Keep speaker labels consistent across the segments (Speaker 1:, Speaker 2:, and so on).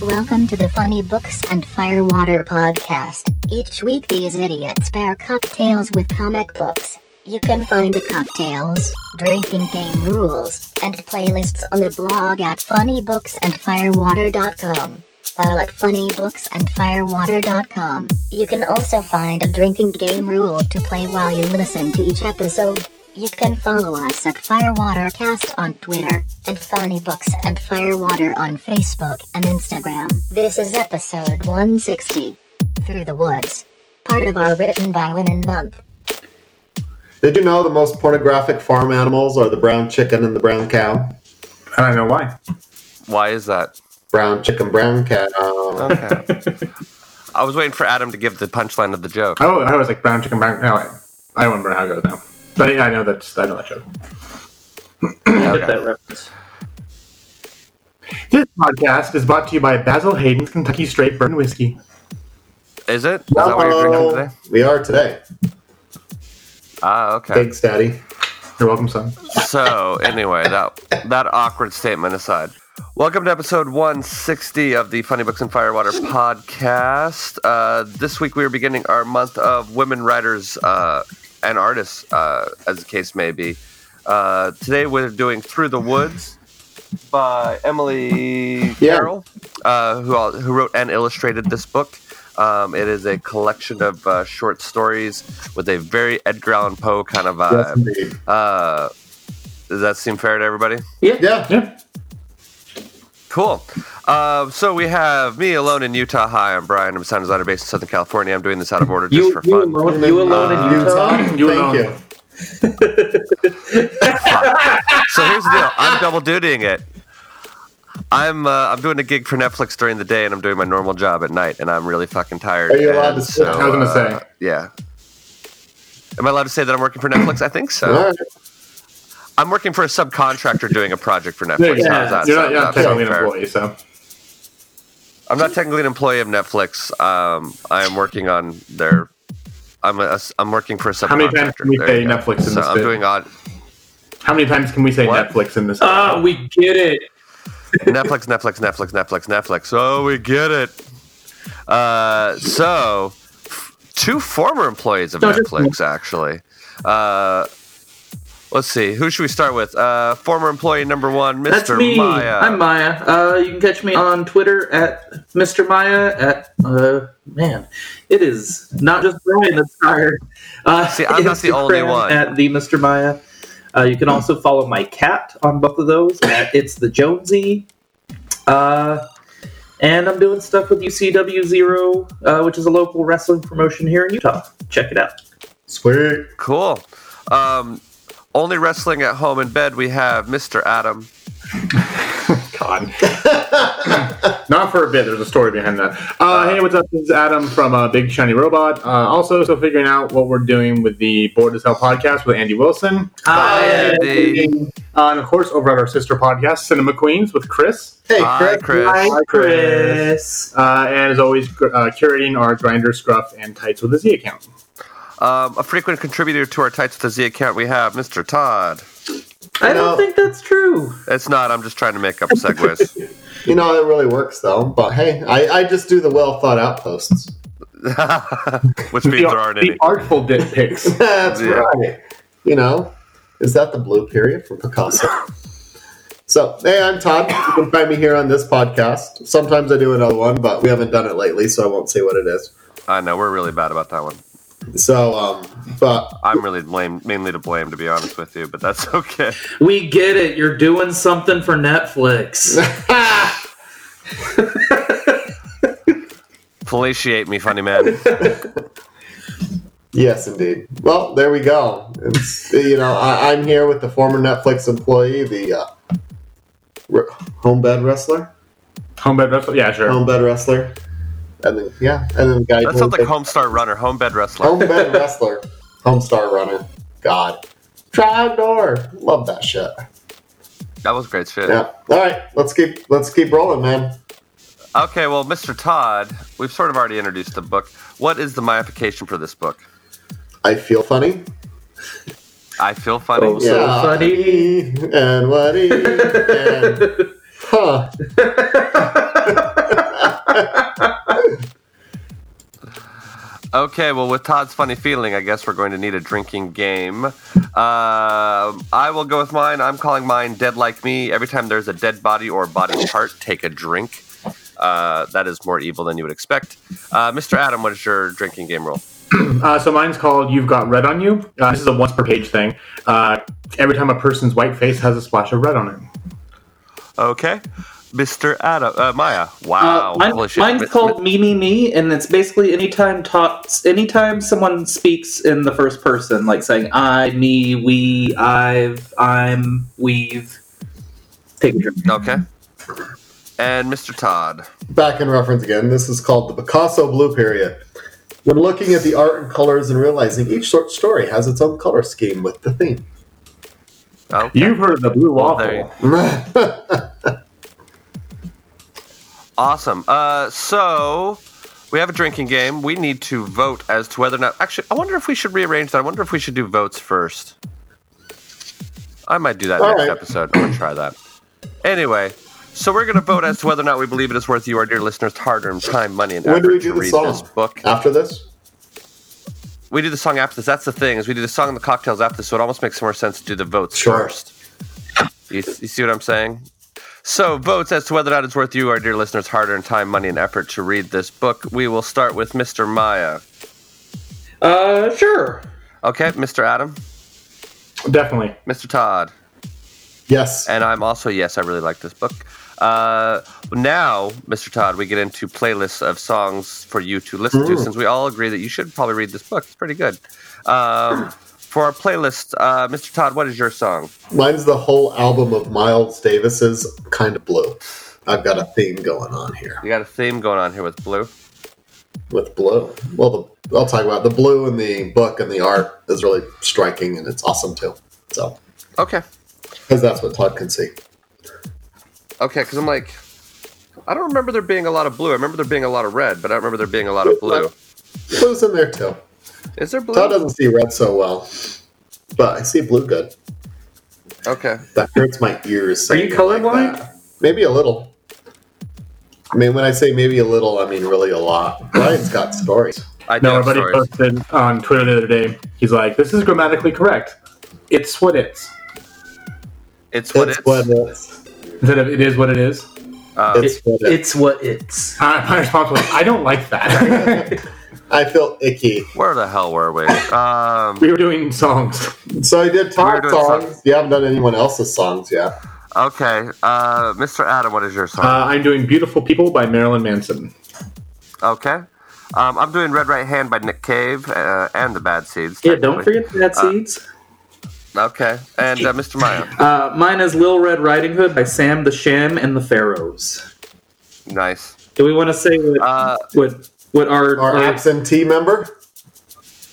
Speaker 1: Welcome to the Funny Books and Firewater podcast. Each week, these idiots pair cocktails with comic books. You can find the cocktails, drinking game rules, and playlists on the blog at funnybooksandfirewater.com. While at funnybooksandfirewater.com, you can also find a drinking game rule to play while you listen to each episode. You can follow us at Firewatercast on Twitter and Funny Books and Firewater on Facebook and Instagram. This is episode 160 Through the Woods, part of our Written by Women month.
Speaker 2: Did you know the most pornographic farm animals are the brown chicken and the brown cow?
Speaker 3: I don't know why.
Speaker 4: Why is that?
Speaker 2: Brown chicken, brown
Speaker 4: Um,
Speaker 2: cow.
Speaker 4: Okay. I was waiting for Adam to give the punchline of the joke.
Speaker 3: Oh, I was like brown chicken, brown. No, I, I don't remember how it goes now. But yeah, I know that's I know that joke.
Speaker 4: Okay.
Speaker 5: that reference.
Speaker 3: This podcast is brought to you by Basil Hayden's Kentucky Straight Bourbon Whiskey.
Speaker 4: Is it? Is that what you're drinking today?
Speaker 2: We are today.
Speaker 4: Ah, okay.
Speaker 2: Thanks, Daddy.
Speaker 3: You're welcome, son.
Speaker 4: So anyway, that that awkward statement aside. Welcome to episode 160 of the Funny Books and Firewater podcast. Uh, this week we are beginning our month of women writers uh, and artists, uh, as the case may be. Uh, today we're doing Through the Woods by Emily
Speaker 2: Yeah.
Speaker 4: Carroll, uh, who, al- who wrote and illustrated this book. Um, it is a collection of uh, short stories with a very Edgar Allan Poe kind of
Speaker 2: Yes,
Speaker 4: vibe.
Speaker 2: indeed.
Speaker 4: Uh, does that seem fair to everybody?
Speaker 2: Yeah.
Speaker 3: Yeah.
Speaker 4: Cool. Uh, so we have me alone in Utah. Hi, I'm Brian. I'm a sound designer based in Southern California. I'm doing this out of order just for fun.
Speaker 5: alone, you alone
Speaker 2: Uh,
Speaker 5: in Utah?
Speaker 2: Thank
Speaker 3: You alone.
Speaker 2: you.
Speaker 4: So here's the deal. I'm double dutying it. I'm uh, I'm doing a gig for Netflix during the day, and I'm doing my normal job at night, and I'm really fucking tired.
Speaker 2: Are you allowed
Speaker 4: and
Speaker 2: to say-
Speaker 3: I was gonna
Speaker 4: uh,
Speaker 3: say.
Speaker 4: yeah. Am I allowed to say that I'm working for Netflix? I think so.
Speaker 2: All right.
Speaker 4: I'm working for a subcontractor doing a project for
Speaker 3: There
Speaker 4: Netflix.
Speaker 3: you go.
Speaker 4: How's that
Speaker 3: You're not, you're not
Speaker 4: sound? That sounds
Speaker 3: technically an
Speaker 4: fair.
Speaker 3: employee, so
Speaker 4: I'm not technically an employee of Netflix. Um, I am working on their. I'm a, I'm working for a subcontractor.
Speaker 3: How many times can we
Speaker 4: There
Speaker 3: say
Speaker 4: you go.
Speaker 3: Netflix in
Speaker 4: so
Speaker 3: this
Speaker 4: I'm
Speaker 3: bit?
Speaker 4: doing odd.
Speaker 3: how many times can we say
Speaker 4: What? Uh,
Speaker 3: Netflix in this?
Speaker 5: Ah, we get it.
Speaker 4: Netflix, Netflix, Netflix, Netflix, Netflix. Oh, we get it. Uh, so, f- two former employees of
Speaker 3: No, just
Speaker 4: Netflix, actually. Uh, let's see. Who should we start with? Uh, former employee number one, Mr.
Speaker 5: That's me.
Speaker 4: Maya.
Speaker 5: I'm Maya. Uh, you can catch me on Twitter at Mr. Maya at uh, man. It is not just Brian that's tired. Uh,
Speaker 4: See, I'm not the
Speaker 5: Instagram
Speaker 4: only one.
Speaker 5: at the Mr. Maya. Uh, you can also follow my cat on both of those at It's the Jonesy. Uh, and I'm doing stuff with UCW Zero, uh, which is a local wrestling promotion here in Utah. Check it out.
Speaker 2: Sweet.
Speaker 4: Cool. Um, only wrestling at home in bed, we have Mr. Adam.
Speaker 3: God. Not for a bit. There's a story behind that. Uh, hey, what's up? This is Adam from uh, Big Shiny Robot. Uh, also, still figuring out what we're doing with the Board as Hell podcast with Andy Wilson.
Speaker 5: Hi,
Speaker 4: Andy.
Speaker 3: Uh, and of course, over at our sister podcast, Cinema Queens with Chris.
Speaker 2: Hey,
Speaker 4: Hi,
Speaker 2: Chris.
Speaker 4: Chris.
Speaker 3: Hi,
Speaker 5: Chris.
Speaker 3: Uh, and as always, gr- uh, curating our grinder scruff and tights with a Z account.
Speaker 4: Um, a frequent contributor to our Tights with a Z account, we have Mr. Todd.
Speaker 5: I
Speaker 2: No.
Speaker 5: don't think that's true.
Speaker 4: It's not. I'm just trying to make up segues.
Speaker 2: You know, it really works, though. But hey, I, I just do the well thought out posts.
Speaker 4: Which means there aren't
Speaker 3: the
Speaker 4: any.
Speaker 3: artful dick pics.
Speaker 2: That's
Speaker 4: Yeah.
Speaker 2: right. You know, is that the blue period from Picasso? so, hey, I'm Todd. You can find me here on this podcast. Sometimes I do another one, but we haven't done it lately, so I won't say what it is.
Speaker 4: I know we're really bad about that one.
Speaker 2: So, um, but
Speaker 4: I'm really blame, mainly to blame, to be honest with you. But that's okay.
Speaker 5: We get it. You're doing something for Netflix.
Speaker 4: Feliciate me, funny man.
Speaker 2: yes, indeed. Well, there we go. It's, you know, I, I'm here with the former Netflix employee, the uh, r- home bed wrestler,
Speaker 3: Homebed wrestler? Yeah, sure.
Speaker 2: home bed wrestler, and then yeah, and then the guy.
Speaker 4: That sounds like Homestar Runner, Homebed Wrestler.
Speaker 2: Home bed wrestler, home star runner. God, trial door. Love that shit.
Speaker 4: That was great shit.
Speaker 2: Yeah. All right. Let's keep let's keep rolling, man.
Speaker 4: Okay, well, Mr. Todd, we've sort of already introduced the book. What is the myification for this book?
Speaker 2: I feel funny.
Speaker 4: I feel funny.
Speaker 5: Oh, So funny.
Speaker 2: And what? And huh?
Speaker 4: Okay, well, with Todd's funny feeling, I guess we're going to need a drinking game. Uh, I will go with mine. I'm calling mine Dead Like Me. Every time there's a dead body or body part, take a drink. Uh, that is more evil than you would expect. Uh, Mr. Adam, what is your drinking game rule?
Speaker 3: Uh, so mine's called "You've Got Red on You." Uh, this is a once per page thing. Uh, every time a person's white face has a splash of red on it.
Speaker 4: Okay. Mr. Adam, uh, Maya.
Speaker 5: Uh,
Speaker 2: Oh,
Speaker 4: Wow.
Speaker 5: mine-
Speaker 4: Holy shit.
Speaker 5: mine's
Speaker 4: Mi-
Speaker 5: called Me Me Me, and it's basically anytime taught, anytime someone speaks in the first person, like saying I, me, we, I've, I'm, we've. Take a drink.
Speaker 4: Mi- Okay. And Mr. Todd.
Speaker 2: Back in reference again, this is called the Picasso Blue Period. When looking at the art and colors and realizing each short story has its own color scheme with the theme.
Speaker 4: Oh,
Speaker 3: You've heard of the blue
Speaker 4: Well,
Speaker 3: waffle.
Speaker 4: there you- awesome. Uh, so we have a drinking game. We need to vote as to whether or not. Actually, I wonder if we should rearrange that. I wonder if we should do votes first. I might do that
Speaker 2: All
Speaker 4: next
Speaker 2: right.
Speaker 4: episode. I'm gonna try that. Anyway, so we're gonna vote as to whether or not we believe it is worth you, our dear listeners, hard-earned time, money, and
Speaker 2: when
Speaker 4: effort
Speaker 2: do we
Speaker 4: to
Speaker 2: do the
Speaker 4: read
Speaker 2: song?
Speaker 4: this book.
Speaker 2: After this?
Speaker 4: we do the song after this. That's the thing is we do the song and the cocktails after this, so it almost makes more sense to do the votes
Speaker 2: Sure.
Speaker 4: first. You, you see what I'm saying? So votes as to whether or not it's worth you, our dear listeners, hard-earned time, money, and effort to read this book. We will start with Mr. Maya.
Speaker 5: Uh, sure.
Speaker 4: Okay, Mr. Adam,
Speaker 3: Definitely.
Speaker 4: Mr. Todd,
Speaker 2: Yes.
Speaker 4: and I'm also yes, I really like this book. Uh, now, Mr. Todd, we get into playlists of songs for you to listen to, since we all agree that you should probably read this book. It's pretty good. Um, for our playlist, uh, Mr. Todd, what is your song?
Speaker 2: Mine's the whole album of Miles Davis's Kind of Blue. I've got a theme going on here
Speaker 4: You got a theme going on here with blue.
Speaker 2: with blue. Well, the, I'll talk about the blue in the book and the art is really striking and it's awesome too. So,
Speaker 4: Okay.
Speaker 2: because that's what Todd can see.
Speaker 4: Okay, because I'm like, I don't remember there being a lot of blue. I remember there being a lot of red, but I don't remember there being a lot of blue.
Speaker 2: Blue's in there too.
Speaker 4: Is there
Speaker 2: Todd
Speaker 4: blue?
Speaker 2: doesn't see red so well, but I see blue good.
Speaker 4: Okay.
Speaker 2: That hurts my ears.
Speaker 5: Are you
Speaker 2: saying it like
Speaker 5: colorblind?
Speaker 2: that. maybe a little. I mean, when I say maybe a little, I mean really a lot. Brian's got stories.
Speaker 4: I do
Speaker 3: No,
Speaker 4: have
Speaker 3: everybody
Speaker 4: stories.
Speaker 3: posted on Twitter the other day. He's like, "This is grammatically correct. It's what it's
Speaker 4: It's what it's.
Speaker 2: it's what it's.
Speaker 3: instead of it is what it is."
Speaker 4: Uh,
Speaker 2: It's
Speaker 5: Oh. It-
Speaker 2: what it-
Speaker 5: it's what it's.
Speaker 3: Uh, my response was, "I don't like that."
Speaker 2: I feel icky.
Speaker 4: where the hell were we? Um,
Speaker 3: we were doing songs.
Speaker 2: So I did
Speaker 4: We're
Speaker 2: Todd's
Speaker 4: doing
Speaker 2: songs.
Speaker 4: songs.
Speaker 2: You haven't done anyone else's songs yet.
Speaker 4: okay. Uh, Mr. Adam, what is your song?
Speaker 3: Uh, I'm doing "Beautiful People" by Marilyn Manson.
Speaker 4: okay. Um, I'm doing Red Right Hand by Nick Cave uh, and the Bad Seeds.
Speaker 5: Yeah, don't
Speaker 4: technically.
Speaker 5: forget the bad
Speaker 2: uh,
Speaker 5: seeds.
Speaker 4: Okay. And uh, Mr. Maya.
Speaker 5: Uh, mine is Lil Red Riding Hood by Sam the Sham and the Pharaohs.
Speaker 4: Nice.
Speaker 5: Do we want to say what
Speaker 4: Uh,
Speaker 5: what what our,
Speaker 2: Our
Speaker 5: our-
Speaker 2: absentee member.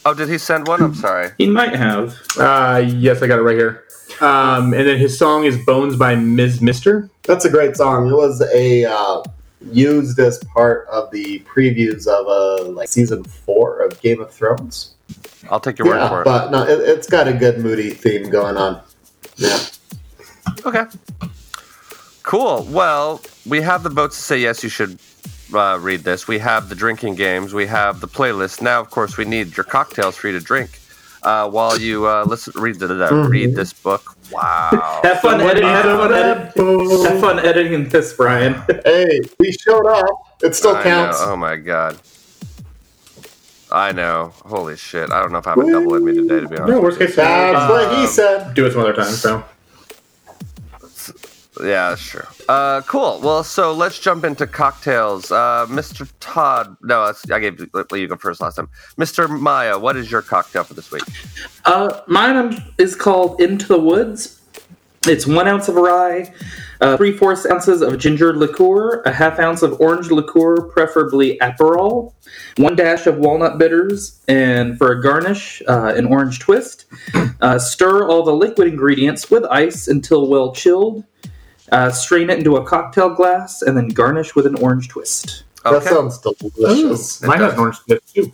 Speaker 4: oh, did he send one? I'm sorry.
Speaker 5: he might have?
Speaker 3: Uh, yes, I got it right here. Um, and then his song is "Bones" by Ms. Mister.
Speaker 2: That's a great song. It was a uh, used as part of the previews of uh, like season four of Game of Thrones.
Speaker 4: I'll take your word
Speaker 2: yeah,
Speaker 4: for it.
Speaker 2: but no, it, it's got a good moody theme going on. Yeah.
Speaker 4: Okay. Cool. Well, we have the votes to say yes, you should uh, read this. We have the drinking games. We have the playlist. Now, of course, we need your cocktails for you to drink uh, while you uh, listen. Read the, the- read this book. Wow.
Speaker 5: Have fun
Speaker 3: Someone
Speaker 5: editing.
Speaker 3: needs
Speaker 5: Have fun,
Speaker 3: an
Speaker 5: editing.
Speaker 3: apple.
Speaker 5: have fun editing this, Brian.
Speaker 2: Hey, we showed up. It still
Speaker 4: I
Speaker 2: counts.
Speaker 4: know. Oh my god. I know. Holy shit. I don't know if I have a double in me today, to be honest.
Speaker 3: No, worst case
Speaker 2: That's
Speaker 3: scenario. uh,
Speaker 2: what
Speaker 4: Um,
Speaker 2: he said.
Speaker 3: do it some other time. So
Speaker 4: Yeah, sure. Uh, cool. Well, so let's jump into cocktails. Uh, Mr. Todd. No, that's- I gave let you go first last time. Mr. Maya, what is your cocktail for this week?
Speaker 5: Uh, mine um, is called Into the Woods. It's one ounce of rye, uh, three fourths ounces of ginger liqueur, a half ounce of orange liqueur, preferably Aperol, one dash of walnut bitters, and for a garnish, uh, an orange twist. Uh, stir all the liquid ingredients with ice until well chilled. Uh, strain it into a cocktail glass and then garnish with an orange twist.
Speaker 2: That sounds delicious.
Speaker 3: mine has an orange twist too.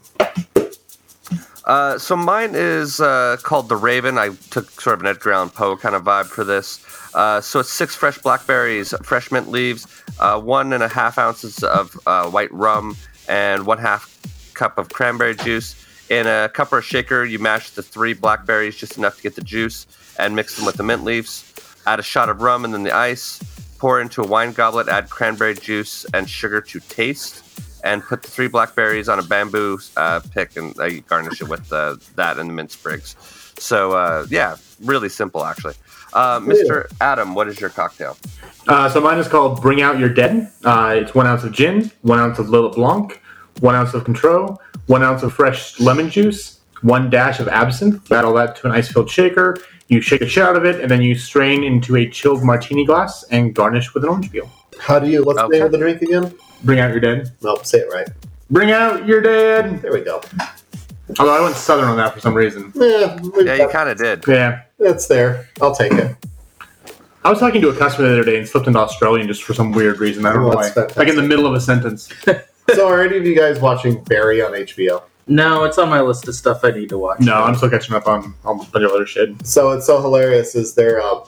Speaker 4: Uh, so mine is uh, called the Raven. I took sort of an Edgar Allan Poe kind of vibe for this. Uh, so it's six fresh blackberries, fresh mint leaves, uh, one and a half ounces of uh, white rum, and one half cup of cranberry juice. In a cup or shaker, you mash the three blackberries just enough to get the juice and mix them with the mint leaves. Add a shot of rum and then the ice. Pour into a wine goblet, add cranberry juice and sugar to taste, and put the three blackberries on a bamboo uh, pick and uh, you garnish it with uh, that and the mint sprigs. So, uh, yeah, really simple actually. Uh, Mr. Adam, what is your cocktail?
Speaker 3: Uh, so mine is called Bring Out Your Dead. Uh, it's one ounce of gin, one ounce of Lillet Blanc, one ounce of Contro, one ounce of fresh lemon juice, one dash of absinthe. Add all that to an ice filled shaker. You shake the shit out of it, and then you strain into a chilled martini glass and garnish with an orange peel.
Speaker 2: How do you? What's the
Speaker 4: Okay.
Speaker 2: name of the drink again?
Speaker 3: Bring out your dead.
Speaker 2: Nope, say it right.
Speaker 3: Bring out your dead.
Speaker 2: There we go. Eh,
Speaker 3: Although I went southern on that for some reason.
Speaker 2: Yeah, we've
Speaker 4: Yeah, you
Speaker 2: got-
Speaker 4: kind of did.
Speaker 3: Yeah.
Speaker 2: it's there. I'll take it.
Speaker 3: I was talking to a customer the other day and slipped into Australian just for some weird reason. I don't
Speaker 2: Oh,
Speaker 3: know why.
Speaker 2: that's fantastic.
Speaker 3: Like in the middle of a sentence.
Speaker 2: So, are any of you guys watching Barry on HBO?
Speaker 5: No, it's on my list of stuff I need to watch.
Speaker 3: No, I'm still catching up on, on a bunch of other shit.
Speaker 2: So it's so hilarious. Is there? Um,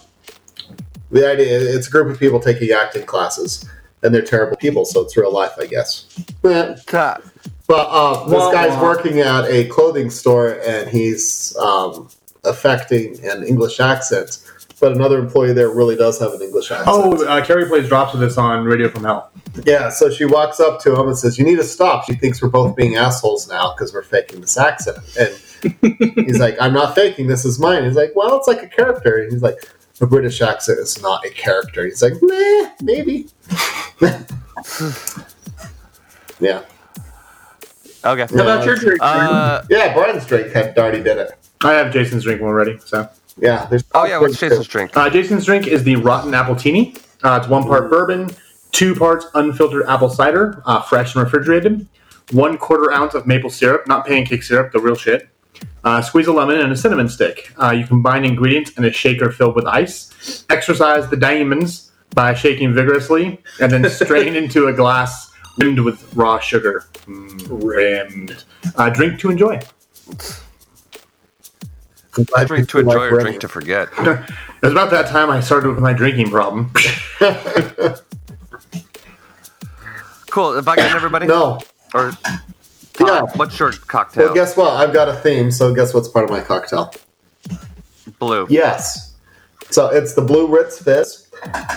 Speaker 2: the idea? It's a group of people taking acting classes, and they're terrible people. So it's real life, I guess. Yeah.
Speaker 4: Ta-
Speaker 2: But um, this
Speaker 5: Wah,
Speaker 2: guy's
Speaker 5: wah.
Speaker 2: working at a clothing store, and he's um, affecting an English accent. But another employee there really does have an English accent.
Speaker 3: Oh, uh, Carrie plays drops of this on Radio from Hell.
Speaker 2: Yeah, so she walks up to him and says, "You need to stop." She thinks we're both being assholes now because we're faking this accent. And he's like, "I'm not faking. This is mine." He's like, "Well, it's like a character." And he's like, "A British accent is not a character." He's like, "Nah, maybe." yeah,
Speaker 4: Okay.
Speaker 5: How about your drink?
Speaker 4: Uh,
Speaker 2: yeah. Brian's drink had already did it.
Speaker 3: I have Jason's drink already. So,
Speaker 2: Yeah. There's
Speaker 4: oh yeah, what's Jason's drink?
Speaker 3: uh, Jason's drink is the Rotten Apple Teeny. Uh, it's one part bourbon, two parts unfiltered apple cider, uh, fresh and refrigerated, one quarter ounce of maple syrup, not pancake syrup, the real shit. Uh, squeeze a lemon and a cinnamon stick. Uh, you combine ingredients in a shaker filled with ice. Exercise the diamonds by shaking vigorously, and then strain into a glass rimmed with raw sugar. Mm, rimmed. Uh, drink to enjoy.
Speaker 4: Drink to enjoy or drink to forget.
Speaker 3: It was about that time I started with my drinking problem.
Speaker 4: Cool. Have I got everybody?
Speaker 2: No.
Speaker 4: Or
Speaker 2: Yeah.
Speaker 4: Todd, what's your cocktail?
Speaker 2: Well, guess what? I've got a theme. So guess what's part of my cocktail?
Speaker 4: Blue.
Speaker 2: Yes. So it's the Blue Ritz Fizz,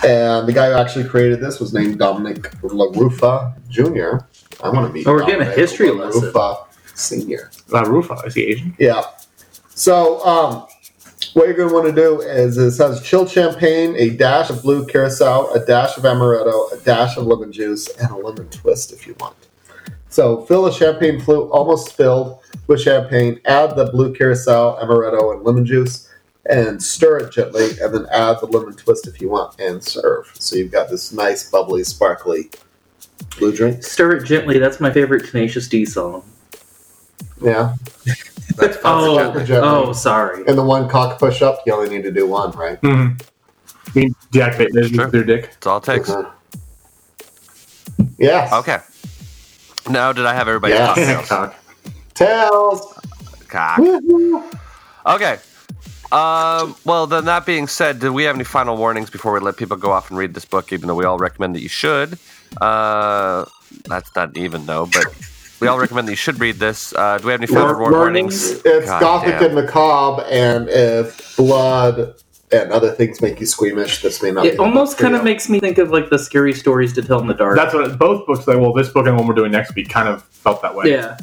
Speaker 2: and the guy who actually created this was named Dominic LaRufa Jr. I want to meet.
Speaker 5: Oh, we're getting a
Speaker 2: Dominic
Speaker 5: history
Speaker 2: La
Speaker 5: lesson.
Speaker 2: Rufa Senior.
Speaker 3: La Rufa, is he Asian?
Speaker 2: Yeah. So um, what you're going to want to do is this has chilled champagne, a dash of blue curacao, a dash of amaretto, a dash of lemon juice, and a lemon twist if you want. So fill the champagne flute almost filled with champagne. Add the blue curacao, amaretto, and lemon juice, and stir it gently. And then add the lemon twist if you want, and serve. So you've got this nice, bubbly, sparkly blue drink.
Speaker 5: Stir it gently. That's my favorite Tenacious D song.
Speaker 2: Yeah.
Speaker 4: That's fine.
Speaker 5: Oh,
Speaker 2: gently, gently.
Speaker 5: oh, sorry.
Speaker 2: And the one cock push up, you only need to do one, right?
Speaker 3: Mm-hmm. You can deactivate this
Speaker 4: Sure.
Speaker 3: with your dick.
Speaker 4: That's all it takes.
Speaker 2: Mhm. Yes.
Speaker 4: Okay. Now did I have everybody?
Speaker 2: Yes.
Speaker 4: cocktails?
Speaker 3: Cock.
Speaker 2: Tails.
Speaker 4: Cock. Okay. Um, well, then that being said, do we have any final warnings before we let people go off and read this book? Even though we all recommend that you should. Uh, that's not even though, but we all recommend that you should read this. Uh, do we have any final
Speaker 5: War-
Speaker 4: war- warnings?
Speaker 5: warnings?
Speaker 2: It's
Speaker 4: God
Speaker 2: gothic
Speaker 4: damn.
Speaker 2: and macabre, and if blood and other things make you squeamish, this may not. be
Speaker 5: It
Speaker 2: the
Speaker 5: almost
Speaker 2: book for
Speaker 5: kind of
Speaker 2: you.
Speaker 5: makes me think of like the scary stories to tell in the dark.
Speaker 3: That's what both books. Like, well, this book and the one we're doing next week kind of felt that way.
Speaker 5: yeah.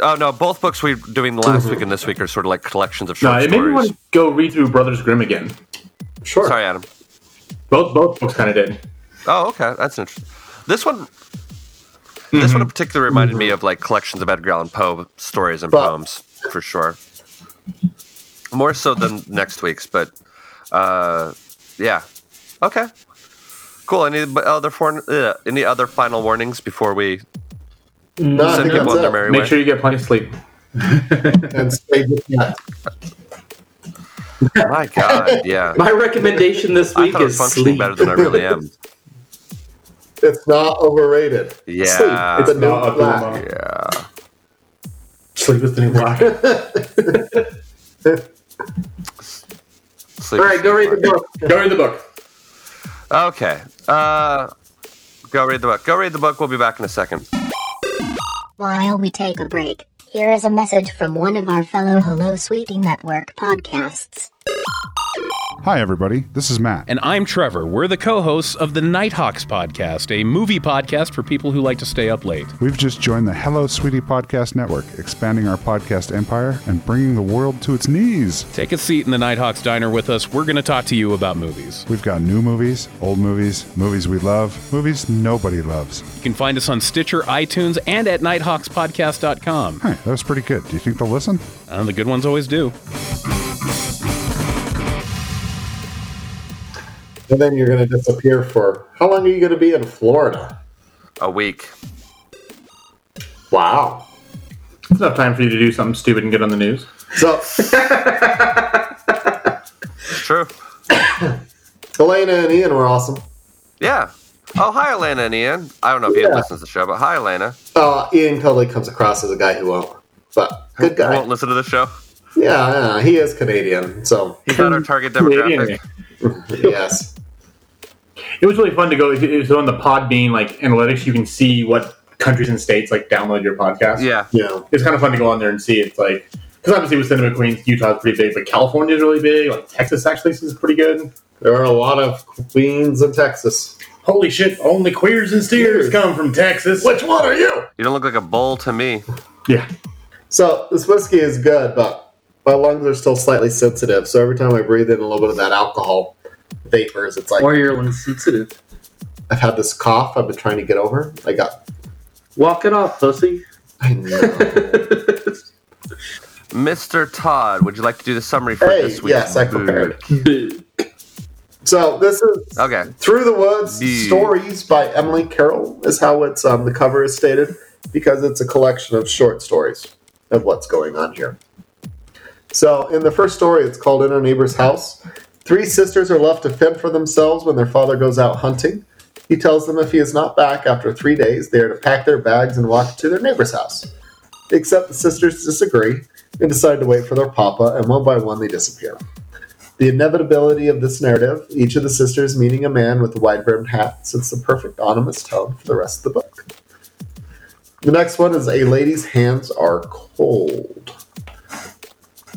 Speaker 4: Oh no, both books we're doing last week and this week are sort of like collections of
Speaker 3: No,
Speaker 4: short
Speaker 3: it made me want
Speaker 4: stories.
Speaker 3: to go read through Brothers Grimm again.
Speaker 2: sure.
Speaker 4: Sorry, Adam.
Speaker 3: Both both books kind of did.
Speaker 4: Oh, okay, that's interesting. This one, this
Speaker 5: Mm-hmm.
Speaker 4: one in particular reminded me of like collections of Edgar Allan Poe stories and
Speaker 2: But-
Speaker 4: poems for sure. More so than next week's, but uh, yeah, okay, cool. Any b- other for, uh, any other final warnings before we
Speaker 2: No, I
Speaker 4: send
Speaker 2: think
Speaker 4: people on their
Speaker 2: that's
Speaker 4: merry
Speaker 3: Make
Speaker 4: way?
Speaker 3: sure you get plenty of sleep.
Speaker 2: it. And stay with that.
Speaker 4: My God, yeah.
Speaker 5: My recommendation this
Speaker 4: I
Speaker 5: week
Speaker 4: thought I was
Speaker 5: is
Speaker 4: functioning
Speaker 5: sleep.
Speaker 4: better than I really am.
Speaker 2: It's not overrated.
Speaker 4: Yeah.
Speaker 2: Sleep. It's a
Speaker 3: Not
Speaker 2: new
Speaker 3: a
Speaker 2: black.
Speaker 3: dilemma.
Speaker 4: Yeah.
Speaker 3: Sleep is the new black.
Speaker 4: Sleep
Speaker 5: All right, go read the book.
Speaker 3: go read the book.
Speaker 4: Okay. Uh, go read the book. Go read the book. We'll be back in a second.
Speaker 1: While we take a break, here is a message from one of our fellow Hello Sweetie Network podcasts.
Speaker 6: Hi, everybody. This is Matt.
Speaker 7: And I'm Trevor. We're the co hosts of the Nighthawks podcast, a movie podcast for people who like to stay up late.
Speaker 6: We've just joined the Hello Sweetie Podcast Network, expanding our podcast empire and bringing the world to its knees.
Speaker 7: Take a seat in the Nighthawks diner with us. We're going to talk to you about movies.
Speaker 6: We've got new movies, old movies, movies we love, movies nobody loves.
Speaker 7: You can find us on Stitcher, iTunes, and at nighthawkspodcast.com.
Speaker 6: Hey, that was pretty good. Do you think they'll listen?
Speaker 7: Uh, the good ones always do.
Speaker 2: And then you're going to disappear for how long are you going to be in Florida?
Speaker 4: A week.
Speaker 2: Wow.
Speaker 3: It's enough time for you to do something stupid and get on the news.
Speaker 2: So
Speaker 4: It's true.
Speaker 2: Elena and Ian were awesome.
Speaker 4: Yeah. Oh, hi, Elena and Ian. I don't know if Ian listens to the show, but hi, Elena.
Speaker 2: Uh, Ian totally comes across as a guy who won't, but good
Speaker 4: You
Speaker 2: guy.
Speaker 4: won't listen to the show.
Speaker 2: Yeah, yeah, he is Canadian, so
Speaker 4: He's not our target
Speaker 3: Canadian.
Speaker 4: demographic.
Speaker 2: yes.
Speaker 3: It was really fun to go. So on the Podbean like analytics, you can see what countries and states like download your podcast.
Speaker 4: Yeah.
Speaker 2: Yeah.
Speaker 3: it's kind of fun to go on there and see. It's like because obviously with Cinema Queens, Utah's pretty big, but California's really big. Like Texas actually is pretty good.
Speaker 2: There are a lot of queens in Texas.
Speaker 3: Holy shit! Only queers and steers come from Texas.
Speaker 2: Which one are you?
Speaker 4: You don't look like a bull to me.
Speaker 3: Yeah,
Speaker 2: So this whiskey is good, but my lungs are still slightly sensitive. So every time I breathe in a little bit of that alcohol vapors, it's like
Speaker 5: Or you're lungs sensitive.
Speaker 2: I've had this cough I've been trying to get over. I got.
Speaker 5: Walk it off, pussy.
Speaker 2: I know.
Speaker 4: Mr. Todd, would you like to do the summary for
Speaker 2: Hey,
Speaker 4: this week's
Speaker 2: yes, I prepared.
Speaker 4: booze?
Speaker 2: so this is
Speaker 4: Okay.
Speaker 2: Through the Woods
Speaker 4: The-
Speaker 2: Stories by Emily Carroll is how it's um, the cover is stated because it's a collection of short stories of what's going on here. So in the first story, it's called In Our Neighbor's House. Three sisters are left to fend for themselves when their father goes out hunting. He tells them if he is not back after three days, they are to pack their bags and walk to their neighbor's house. Except the sisters disagree and decide to wait for their papa, and one by one they disappear. The inevitability of this narrative, each of the sisters meeting a man with a wide brimmed hat, sets the perfect ominous tone for the rest of the book. The next one is A Lady's Hands Are Cold.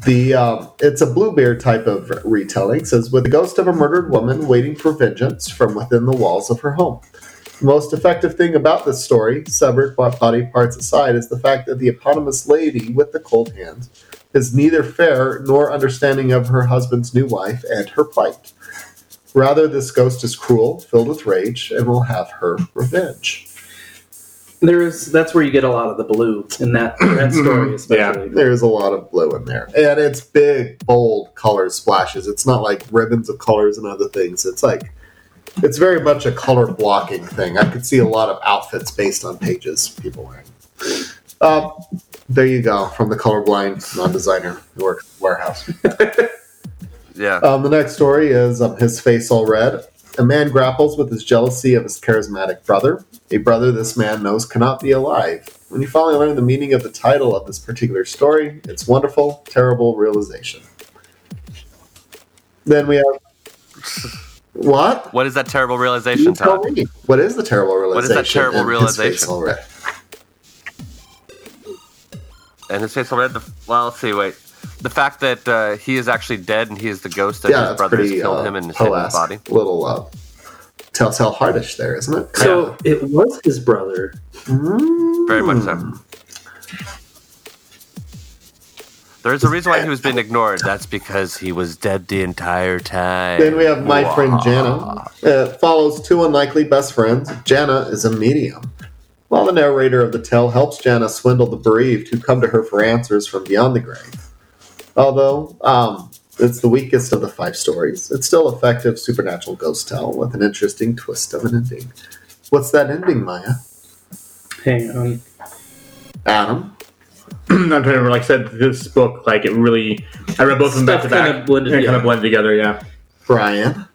Speaker 2: The um, It's a bluebeard type of retelling, says, with the ghost of a murdered woman waiting for vengeance from within the walls of her home. The most effective thing about this story, severed bo- body parts aside, is the fact that the eponymous lady with the cold hands is neither fair nor understanding of her husband's new wife and her plight. Rather, this ghost is cruel, filled with rage, and will have her revenge.
Speaker 5: There's that's where you get a lot of the blue in that, that
Speaker 3: Mm-hmm.
Speaker 5: story, especially.
Speaker 2: There's a lot of blue in there. And it's big, bold color splashes. It's not like ribbons of colors and other things. It's like, it's very much a color blocking thing. I could see a lot of outfits based on pages people wearing. Um, there you go, from the colorblind non designer who works at the warehouse.
Speaker 4: Yeah.
Speaker 2: Um, the next story is um, his face all red. A man grapples with his jealousy of his charismatic brother, a brother this man knows cannot be alive. When you finally learn the meaning of the title of this particular story, it's wonderful, terrible realization. Then we have what?
Speaker 4: What is that terrible
Speaker 2: You
Speaker 4: realization,
Speaker 2: tell
Speaker 4: Todd?
Speaker 2: me. What is the terrible realization?
Speaker 4: What is that terrible
Speaker 2: and his
Speaker 4: realization?
Speaker 2: face all red?
Speaker 4: And his face will read the. Well, let's see. Wait. The fact that uh, he is actually dead and he is the ghost that
Speaker 2: yeah,
Speaker 4: his
Speaker 2: that's
Speaker 4: brothers
Speaker 2: pretty
Speaker 4: killed
Speaker 2: uh,
Speaker 4: him in his hidden
Speaker 2: Poe-esque.
Speaker 4: body.
Speaker 2: Little uh, telltale heartish there, isn't it?
Speaker 5: So it was his brother.
Speaker 4: Very much
Speaker 2: Hmm.
Speaker 4: so. There's a reason why he was being ignored. That's because he was dead the entire time.
Speaker 2: Then we have my friend Jana. It follows two unlikely best friends. Jana is a medium. While the narrator of the tale helps Jana swindle the bereaved who come to her for answers from beyond the grave. Although um, it's the weakest of the five stories, it's still effective supernatural ghost tale with an interesting twist of an ending. What's that ending, Maya?
Speaker 5: Hang on.
Speaker 2: Adam?
Speaker 3: I'm trying to remember. Like I said, this book, like it really, I read both of them back to
Speaker 5: Stuff
Speaker 3: back,
Speaker 5: kinda blended
Speaker 3: and kind of
Speaker 5: together.
Speaker 3: blended together. Yeah,
Speaker 2: Brian?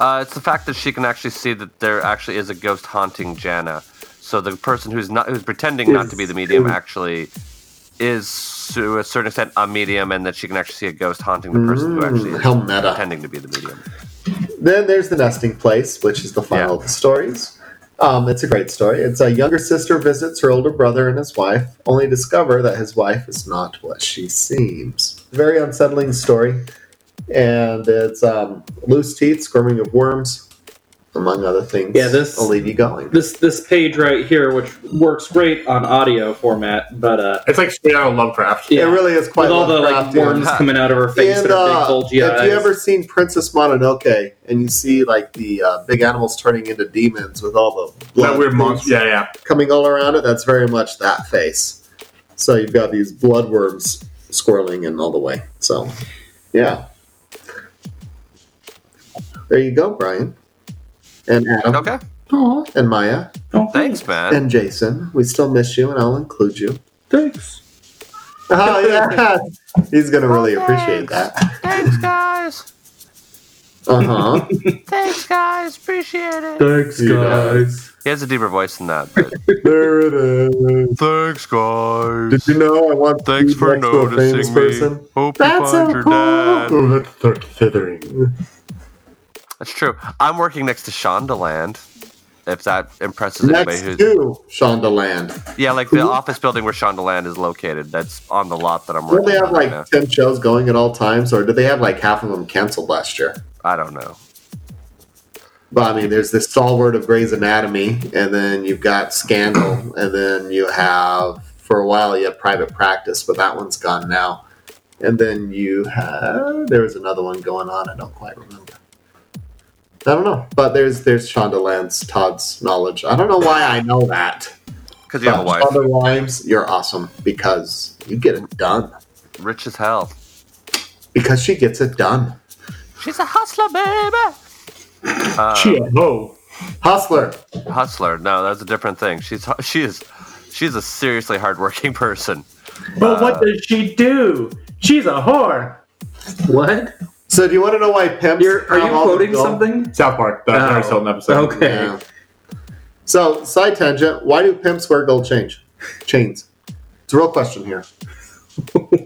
Speaker 4: Uh, it's the fact that she can actually see that there actually is a ghost haunting Jana. So the person who's not who's pretending not to be the medium actually is to a certain extent a medium, and that she can actually see a ghost haunting the person who actually
Speaker 2: How
Speaker 4: is
Speaker 2: meta.
Speaker 4: pretending to be the medium.
Speaker 2: Then there's the nesting place, which is the final
Speaker 4: Yeah.
Speaker 2: of the stories. Um, it's a great story. It's a younger sister visits her older brother and his wife, only to discover that his wife is not what she seems. Very unsettling story, and it's um, loose teeth, squirming of worms, among other things.
Speaker 5: Yeah, this-
Speaker 2: will leave you going.
Speaker 5: This this page right here, which works great on audio format, but uh,
Speaker 3: It's like straight out of Lovecraft.
Speaker 5: yeah,
Speaker 2: It really is quite
Speaker 5: with all the like
Speaker 2: Lovecraftian.
Speaker 5: worms coming out of her face
Speaker 2: And
Speaker 5: that are
Speaker 2: uh,
Speaker 5: big bulgy
Speaker 2: have
Speaker 5: eyes.
Speaker 2: you ever seen Princess Mononoke and you see like the uh, big animals turning into demons with all the
Speaker 3: That
Speaker 2: blood
Speaker 3: weird
Speaker 2: things
Speaker 3: monster. Yeah, yeah.
Speaker 2: coming all around it? That's very much that face. So you've got these blood worms swirling in all the way. So, yeah. There you go, Brian. And Adam.
Speaker 4: Okay.
Speaker 2: Aw, And Maya.
Speaker 5: Oh,
Speaker 4: Thanks, man.
Speaker 2: And Jason. We still miss you and I'll include you.
Speaker 5: Thanks.
Speaker 2: Oh, yeah. He's going to really appreciate that.
Speaker 4: Thanks, guys.
Speaker 2: Uh huh.
Speaker 4: Thanks, guys. Appreciate it.
Speaker 5: Thanks, guys.
Speaker 4: He has a deeper voice than that. But
Speaker 2: There it is.
Speaker 4: Thanks, guys.
Speaker 2: Did you know I want
Speaker 4: Thanks
Speaker 2: to be
Speaker 4: for
Speaker 2: next to a
Speaker 4: noticing
Speaker 2: famous
Speaker 4: me.
Speaker 2: person?
Speaker 4: Hope
Speaker 2: That's
Speaker 4: you
Speaker 2: so
Speaker 4: find your dad.
Speaker 2: cool. Oh, Considering.
Speaker 4: That's true. I'm working next to Shondaland. If that impresses
Speaker 2: Next
Speaker 4: anybody who's
Speaker 2: to Shondaland.
Speaker 4: yeah, like the office building where Shondaland is located, that's on the lot that I'm
Speaker 2: Don't
Speaker 4: working
Speaker 2: they have
Speaker 4: on right
Speaker 2: like
Speaker 4: now.
Speaker 2: 10 shows going at all times, or did they have like half of them canceled last year?
Speaker 4: I don't know.
Speaker 2: But I mean, there's this stalwart of Grey's Anatomy, and then you've got Scandal, and then you have, for a while, you had Private Practice, but that one's gone now. And then you had, there was another one going on, I don't quite remember. I don't know, but there's there's Shonda Lance, Todd's knowledge. I don't know why I know that.
Speaker 4: Because you have a
Speaker 2: but
Speaker 4: wife.
Speaker 2: Shonda Rhimes, you're awesome because you get it done.
Speaker 4: Rich as hell.
Speaker 2: Because she gets it done.
Speaker 4: She's a hustler, baby.
Speaker 3: Chia. Oh.
Speaker 2: Hustler.
Speaker 4: Hustler. No, that's a different thing. She's hu- she is she's a seriously hardworking person.
Speaker 5: But what does she do? She's a whore. What?
Speaker 2: So do you want to know why pimps?
Speaker 5: You're, are
Speaker 2: have
Speaker 5: you
Speaker 2: all the
Speaker 5: quoting
Speaker 2: gold?
Speaker 5: something?
Speaker 3: South Park. That's Harry
Speaker 5: Oh,
Speaker 3: Seldon episode.
Speaker 5: Okay.
Speaker 2: Yeah. So, side tangent. Why do pimps wear gold change chains? It's a real question here.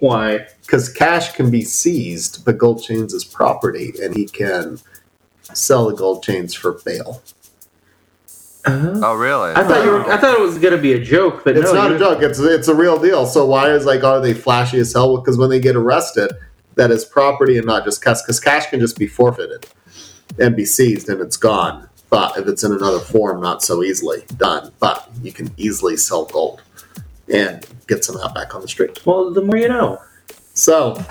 Speaker 5: Why?
Speaker 2: Because cash can be seized, but gold chains is property, and he can sell the gold chains for bail.
Speaker 4: Oh, really?
Speaker 5: I thought you were, I thought it was gonna be a joke, but
Speaker 2: It's not
Speaker 5: no, you-
Speaker 2: a joke. It's it's a real deal. So why is like are they flashy as hell? Because when they get arrested, that is property and not just cash. Because cash can just be forfeited and be seized and it's gone. But if it's in another form, not so easily done. But you can easily sell gold and get some out back on the street.
Speaker 5: Well, the more you know.
Speaker 2: So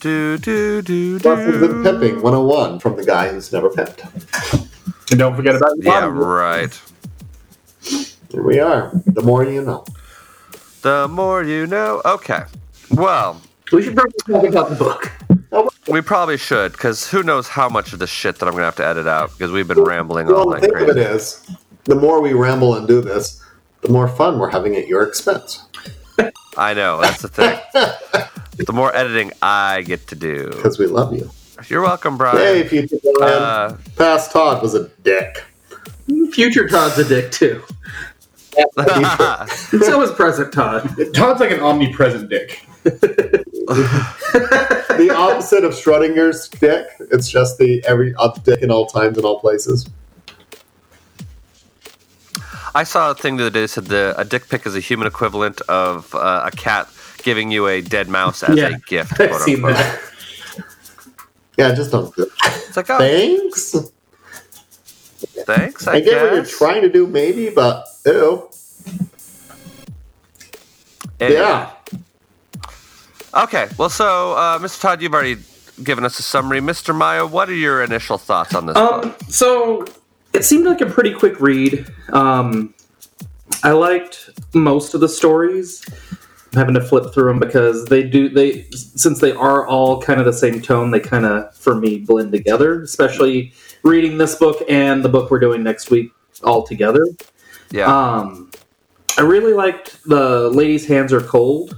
Speaker 4: do do do
Speaker 2: lessons
Speaker 4: do.
Speaker 2: in pimping 101 from the guy who's never pimped.
Speaker 3: And don't forget about the
Speaker 4: Yeah,
Speaker 3: bottom.
Speaker 4: right.
Speaker 2: Here we are. The more you know.
Speaker 4: The more you know. Okay. Well,
Speaker 5: We should probably talk about the book.
Speaker 4: we probably should because who knows how much of the shit that I'm gonna have to edit out because we've been rambling
Speaker 2: Well,
Speaker 4: all
Speaker 2: the
Speaker 4: night.
Speaker 2: thing of it
Speaker 4: Crazy.
Speaker 2: is, the more we ramble and do this, the more fun we're having at your expense.
Speaker 4: I know that's the thing. the more editing I get to do.
Speaker 2: Because we love you.
Speaker 4: You're welcome, Brian.
Speaker 2: Hey, future Brian.
Speaker 4: Uh,
Speaker 2: Past Todd was a dick.
Speaker 5: Future Todd's a dick too. So is present Todd.
Speaker 3: Todd's like an omnipresent dick.
Speaker 2: The opposite of Schrodinger's dick. It's just the every up dick in all times and all places.
Speaker 4: I saw a thing the other day that said the, a dick pic is a human equivalent of uh, a cat giving you a dead mouse as
Speaker 5: Yeah,
Speaker 4: a gift.
Speaker 5: I've
Speaker 4: quote
Speaker 5: seen
Speaker 4: unquote.
Speaker 5: that.
Speaker 2: Yeah, just don't. do it.
Speaker 4: It's like, oh,
Speaker 2: Thanks.
Speaker 4: thanks. I,
Speaker 2: I get what you're
Speaker 4: guess.
Speaker 2: trying to do, maybe, but ew.
Speaker 4: Anyway.
Speaker 2: Yeah.
Speaker 4: Okay. Well, so uh, Mr. Todd, you've already given us a summary. Mr. Maya, what are your initial thoughts on this? book?
Speaker 5: Um, so it seemed like a pretty quick read. Um, I liked most of the stories. I'm having to flip through them because they do they since they are all kind of the same tone. They kind of for me blend together, especially reading this book and the book we're doing next week all together.
Speaker 4: yeah.
Speaker 5: Um, I really liked the lady's hands are cold,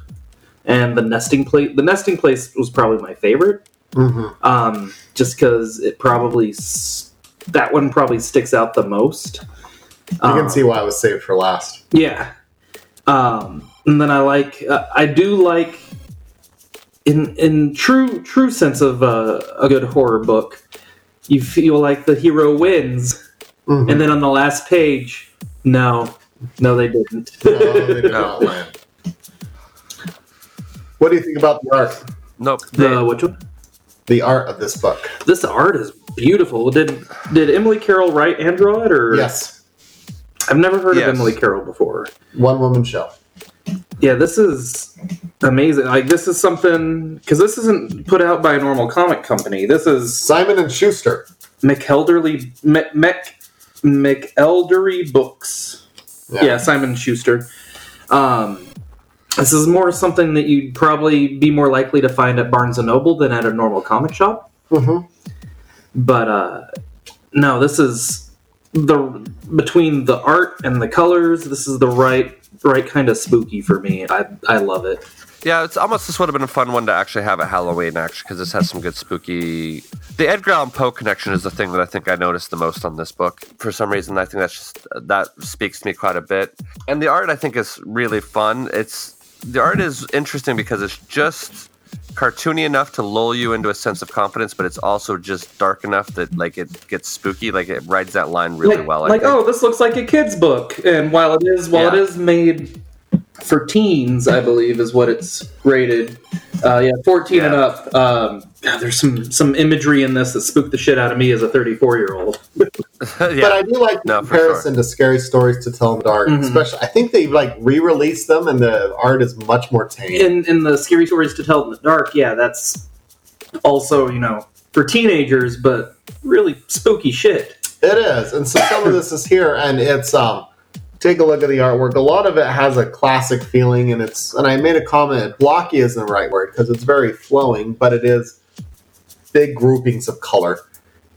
Speaker 5: and the nesting place. The nesting place was probably my favorite,
Speaker 2: Mhm.
Speaker 5: um, just because it probably s- that one probably sticks out the most.
Speaker 2: You
Speaker 5: Um,
Speaker 4: Oh.
Speaker 2: can see why I was saved for last.
Speaker 5: yeah. Um, and then I like uh, I do like in in true true sense of uh, a good horror book, you feel like the hero wins And then on the last page, no, no, they didn't.
Speaker 2: No, they did not land. What do you think about the art?
Speaker 4: Nope.
Speaker 5: the which one?
Speaker 2: The art of this book?
Speaker 5: This art is beautiful. Did did Emily Carroll write and draw it, or
Speaker 2: Yes,
Speaker 5: I've never heard
Speaker 4: Yes.
Speaker 5: of Emily Carroll before.
Speaker 2: one woman show.
Speaker 5: Yeah, this is amazing. Like this is something because this isn't put out by a normal comic company. This is
Speaker 2: Simon and Schuster.
Speaker 5: McElderly Mc, Mc, McElderry Books.
Speaker 2: Yeah.
Speaker 5: Yeah, Simon Schuster. Um, this is more something that you'd probably be more likely to find at Barnes and Noble than at a normal comic shop.
Speaker 2: Mhm.
Speaker 5: But uh, no, this is the between the art and the colors. This is the right right kind of spooky for me. I I love it.
Speaker 4: Yeah, it's almost this would have been a fun one to actually have at Halloween, actually, because this has some good spooky. The Edgar Allan Poe connection is the thing that I think I noticed the most on this book. For some reason, I think that's just that speaks to me quite a bit. And the art, I think, is really fun. It's the art is interesting because it's just cartoony enough to lull you into a sense of confidence, but it's also just dark enough that like it gets spooky. Like it rides that line really
Speaker 5: like,
Speaker 4: well. I
Speaker 5: like,
Speaker 4: think.
Speaker 5: oh, this looks like a kid's book, and while it is while
Speaker 4: Yeah.
Speaker 5: it is made for teens, I believe is what it's rated. Uh, yeah, fourteen and
Speaker 4: Yeah.
Speaker 5: up. Um, God, there's some some imagery in this that spooked the shit out of me as a 34 year old. oh,
Speaker 2: But
Speaker 4: yeah,
Speaker 2: I do like the
Speaker 4: No, for Mm-hmm.
Speaker 2: comparison to Scary Stories to Tell in the Dark.
Speaker 5: Mhm.
Speaker 2: Especially, I think they like re-released them, and the art is much more tame.
Speaker 5: In in the scary stories to tell in the dark, yeah, that's also you know for teenagers, but really spooky shit.
Speaker 2: It is, and so some of this is here, and it's um. Take a look at the artwork. A lot of it has a classic feeling, and it's. And I made a comment. Blocky isn't the right word because it's very flowing, but it is big groupings of color.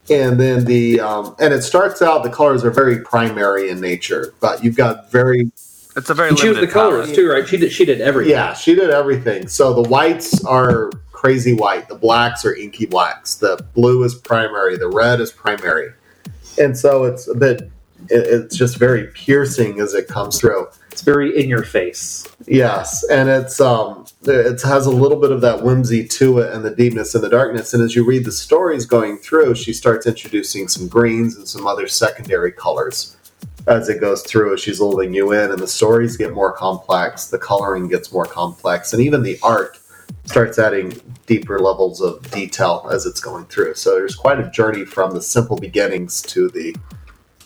Speaker 2: And then the um, and it starts out. The colors are very primary in nature, but you've got very
Speaker 4: it's a very
Speaker 5: And she was the
Speaker 4: limited
Speaker 5: colors
Speaker 4: palette.
Speaker 5: too, right? She did she did everything.
Speaker 2: Yeah, she did everything. So the whites are crazy white, the blacks are inky blacks, the blue is primary, the red is primary, and so it's a bit. It, it's just very piercing as it comes through.
Speaker 5: it's very in your face.
Speaker 2: Yes, and it's um, it has a little bit of that whimsy to it, and the deepness and the darkness. And as you read the stories going through, she starts introducing some greens and some other secondary colors as it goes through. As she's holding you in, and the stories get more complex, the coloring gets more complex, and even the art starts adding deeper levels of detail as it's going through. So there's quite a journey from the simple beginnings to the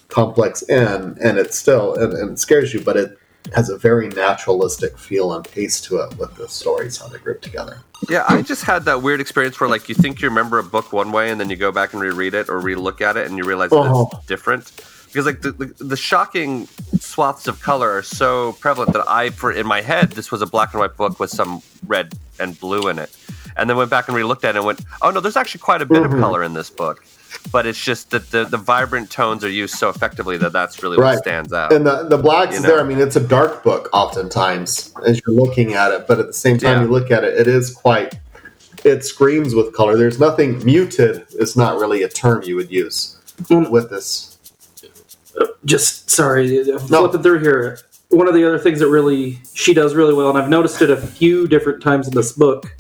Speaker 2: complex end, and it's still and, and it scares you, but it has a very naturalistic feel and pace to it with the stories how they group together.
Speaker 4: Yeah, I just had that weird experience where like you think you remember a book one way and then you go back and reread it or relook at it and you realize
Speaker 2: Oh.
Speaker 4: that it's different. Because like the, the, the shocking swaths of color are so prevalent that I for in my head this was a black and white book with some red and blue in it. And then went back and relooked at it and went, "Oh no, there's actually quite a bit
Speaker 2: Mm-hmm.
Speaker 4: of color in this book." But it's just that the, the vibrant tones are used so effectively that that's really
Speaker 2: Right.
Speaker 4: what stands out.
Speaker 2: And the the blacks
Speaker 4: You
Speaker 2: is
Speaker 4: know.
Speaker 2: there. I mean, it's a dark book oftentimes as you're looking at it, but at the same time
Speaker 4: Yeah.
Speaker 2: you look at it, it is quite. It screams with color. There's nothing muted. Is not really a term you would use
Speaker 5: Mm.
Speaker 2: with this.
Speaker 5: just sorry I'm flipping through here one of the other things that really she does really well and i've noticed it a few different times in this book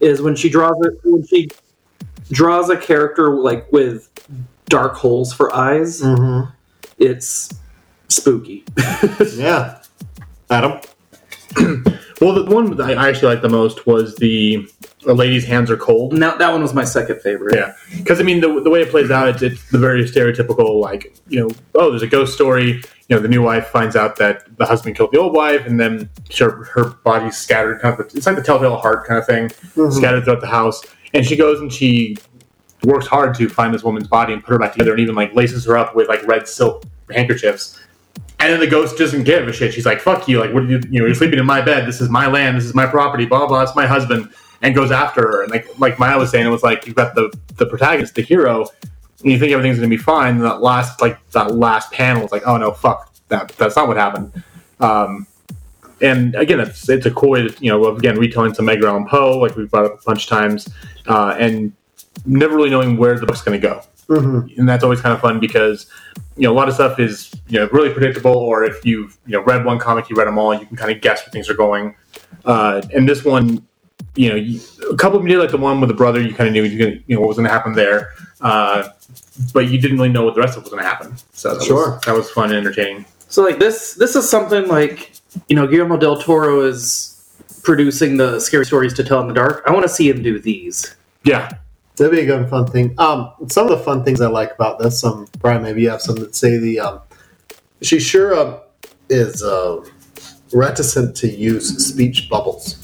Speaker 5: is when she draws it when she draws a character like with dark holes for eyes
Speaker 2: Mm-hmm.
Speaker 5: it's spooky
Speaker 2: Yeah, Adam.
Speaker 3: Well, the one that I actually liked the most was the "A lady's hands are cold.
Speaker 5: now that one was my second favorite
Speaker 3: Yeah, because I mean the, the way it plays out, it's, it's the very stereotypical like you know oh there's a ghost story. You know the new wife finds out that the husband killed the old wife, and then her, her body's scattered. Kind of it's like the telltale heart kind of thing, scattered throughout the house. And she goes and she works hard to find this woman's body and put her back together, and even like laces her up with like red silk handkerchiefs. And then the ghost doesn't give a shit. She's like, "Fuck you! Like, what? Are you, you know, you're sleeping in my bed. This is my land. This is my property. Blah blah. It's my husband." And goes after her. And like, like Maya was saying, it was like you've got the the protagonist, the hero, and you think everything's gonna be fine. And that last like that last panel is like, "Oh no, fuck! That that's not what happened." Um, and again, it's it's a cool way to you know of, again retelling some Edgar Allan Poe, like we've brought up a bunch of times, uh, and never really knowing where the book's gonna go
Speaker 2: Mm-hmm.
Speaker 3: and that's always kind of fun because you know a lot of stuff is you know really predictable or if you've you know read one comic you read them all you can kind of guess where things are going uh, and this one you know you, a couple of them you did like the one with the brother you kind of knew you, you know what was going to happen there Uh, but you didn't really know what the rest of it was going to happen. So that
Speaker 2: Sure.
Speaker 3: was, that was fun and entertaining.
Speaker 5: So like this this is something like you know Guillermo del Toro is producing the scary stories to tell in the dark. I want to see him do these.
Speaker 3: Yeah,
Speaker 2: That'd be a good fun thing. Um, some of the fun things I like about this, um, Brian, maybe you have some that say the um, she sure um, is uh, reticent to use speech bubbles.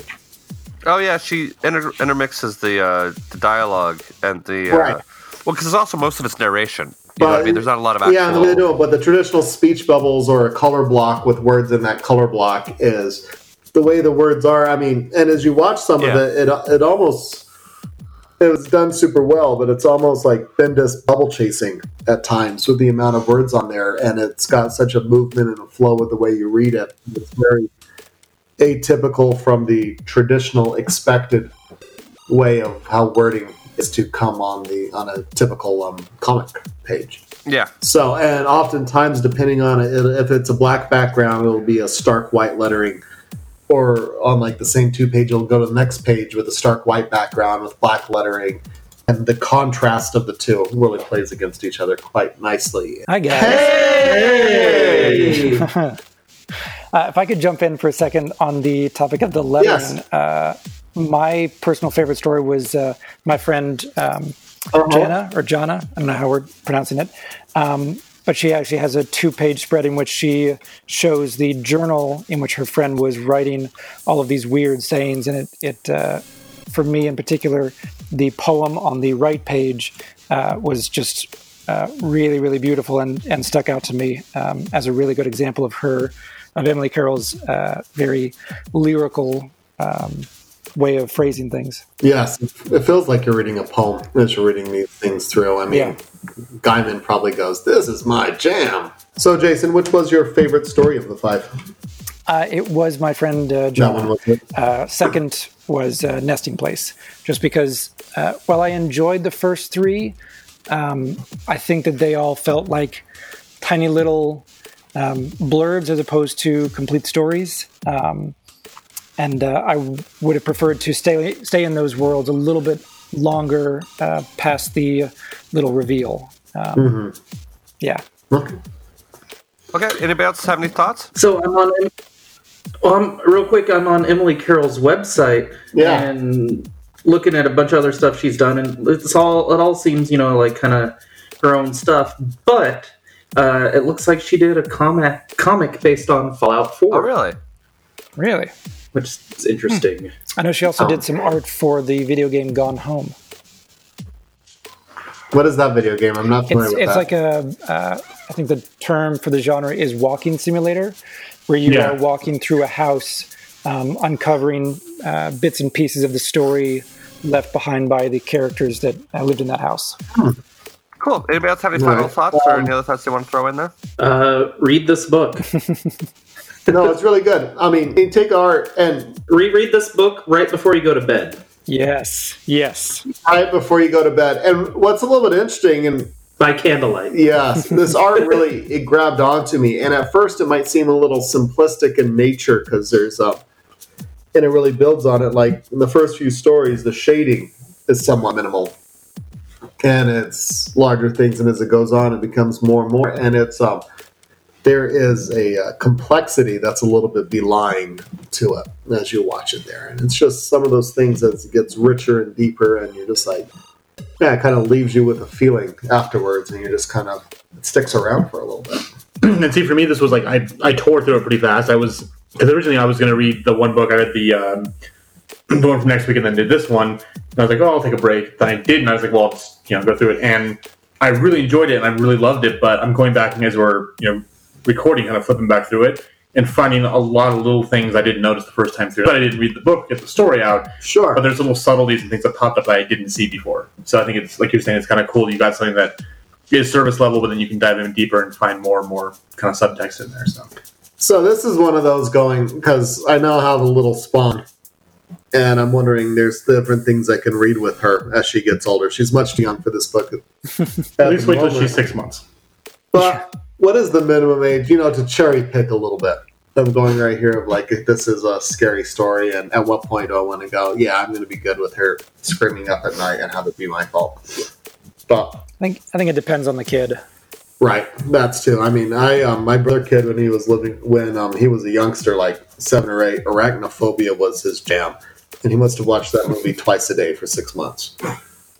Speaker 4: Oh yeah, she inter- intermixes the uh, the dialogue and the uh,
Speaker 2: Right.
Speaker 4: well, because also most of it's narration. You know what I mean? There's not a lot of actual.
Speaker 2: Yeah, and they do it, but the traditional speech bubbles or a color block with words in that color block is the way the words are. I mean, and as you watch some
Speaker 4: Yeah.
Speaker 2: of it, it it almost it was done super well, but it's almost like Bendis bubble chasing at times with the amount of words on there, and it's got such a movement and a flow with the way you read it. It's very atypical from the traditional expected way of how wording is to come on the on a typical um, comic page.
Speaker 4: yeah,
Speaker 2: So, and oftentimes, depending on it, if it's a black background, it'll be a stark white lettering. Or on like the same two page, it'll go to the next page with a stark white background with black lettering. And the contrast of the two really plays against each other quite nicely.
Speaker 8: I guess.
Speaker 5: Hey!
Speaker 8: Uh, if I could jump in for a second on the topic of the lettering,
Speaker 2: Yes.
Speaker 8: uh, my personal favorite story was uh, my friend um,
Speaker 2: Uh-huh.
Speaker 8: Jana or Jana. I don't know how we're pronouncing it, um, but she actually has a two-page spread in which she shows the journal in which her friend was writing all of these weird sayings, and it, it uh, for me in particular, the poem on the right page uh, was just uh, really, really beautiful and, and stuck out to me um, as a really good example of her, of Emily Carroll's uh, very lyrical um, way of phrasing things.
Speaker 2: Yes, it feels like you're reading a poem as you're reading these things through. I mean,
Speaker 8: Yeah.
Speaker 2: Gaiman probably goes, This is my jam. So, Jason, which was your favorite story of the five?
Speaker 8: Uh, it was my friend uh,
Speaker 2: That
Speaker 8: John.
Speaker 2: one was it.
Speaker 8: Uh, second was uh, Nesting Place, just because uh, while I enjoyed the first three, um, I think that they all felt like tiny little um, blurbs as opposed to complete stories. Um, and uh, I w- would have preferred to stay stay in those worlds a little bit longer uh, past the little reveal. Um, Yeah.
Speaker 4: okay. Anybody else have any thoughts?
Speaker 5: So I'm on. Um, real quick, I'm on Emily Carroll's website
Speaker 2: Yeah.
Speaker 5: and looking at a bunch of other stuff she's done, and it's all it all seems you know like kind of her own stuff, but uh, it looks like she did a comic comic based on Fallout Four,
Speaker 4: Oh, really?
Speaker 8: Really?
Speaker 5: which is interesting.
Speaker 8: I know she also did some art for the video game Gone Home.
Speaker 2: What is that video game? I'm not familiar
Speaker 8: it's,
Speaker 2: with
Speaker 8: it's
Speaker 2: that.
Speaker 8: like a uh, i think the term for the genre is walking simulator where you
Speaker 3: Yeah.
Speaker 8: are walking through a house um, uncovering uh, bits and pieces of the story left behind by the characters that uh, lived in that house
Speaker 4: Cool. Anybody else have any final
Speaker 2: Right. Um,
Speaker 4: thoughts or any other thoughts they want to throw in there?
Speaker 5: Uh, read this book.
Speaker 2: no, it's really good. I mean, you take art and
Speaker 5: Reread this book right before you go to bed.
Speaker 8: yes yes
Speaker 2: right before you go to bed. And what's a little bit interesting, and
Speaker 5: By candlelight.
Speaker 2: yes, this art really it grabbed onto me. And at first, it might seem a little simplistic in nature because there's a, and it really builds on it. Like in the first few stories, the shading is somewhat minimal, and it's larger things. And as it goes on, it becomes more and more. And it's um, there is a uh, complexity that's a little bit belying to it as you watch it there. And it's just some of those things as it gets richer and deeper, and you're just like, yeah, it kind of leaves you with a feeling afterwards, and you're just kind of, it sticks around for a little bit.
Speaker 3: and see for me this was like i i tore through it pretty fast i was because originally i was going to read the one book i read the um the one from next week and then did this one and i was like oh i'll take a break then i did and i was like well I'll just you know go through it and i really enjoyed it and i really loved it but i'm going back and as we're you know recording kind of flipping back through it and finding a lot of little things i didn't notice the first time through but i didn't read the book get the story out
Speaker 2: Sure.
Speaker 3: but there's little subtleties and things that popped up that I didn't see before. So I think it's like you're saying, it's kind of cool. You got something that is service level, but then you can dive in deeper and find more and more kind of subtext in there. So
Speaker 2: So this is one of those going because I know how the little spawn, and I'm wondering there's different things I can read with her as she gets older. She's much too young for this book.
Speaker 3: at least wait till she's six months.
Speaker 2: But what is the minimum age? You know, to cherry pick a little bit. I'm going right here of like if this is a scary story, and at what point do I want to go? Yeah, I'm going to be good with her screaming up at night and have it be my fault. But
Speaker 8: think I think it depends on the kid.
Speaker 2: Right, that's too. I mean, I um, my brother kid when he was living when um, he was a youngster, like seven or eight, arachnophobia was his jam, and he must have watched that movie twice a day for six months.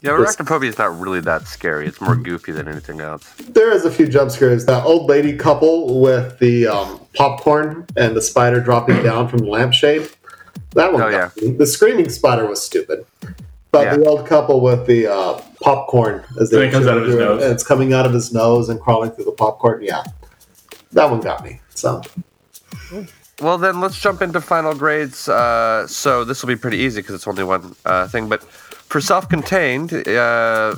Speaker 4: Yeah, arachnophobia is not really that scary. It's more goofy than anything else.
Speaker 2: There is a few jump scares. That old lady couple with the um, popcorn and the spider dropping down from the lampshade. That one.
Speaker 4: Oh,
Speaker 2: got me. The screaming spider was stupid. But
Speaker 4: Yeah.
Speaker 2: the old couple with the uh, popcorn as
Speaker 3: And it comes out of his nose.
Speaker 2: and it's coming out of his nose and crawling through the popcorn. Yeah, that one got me. So
Speaker 4: Well, then let's jump into final grades. Uh, so this will be pretty easy because it's only one uh, thing. But for self-contained, uh,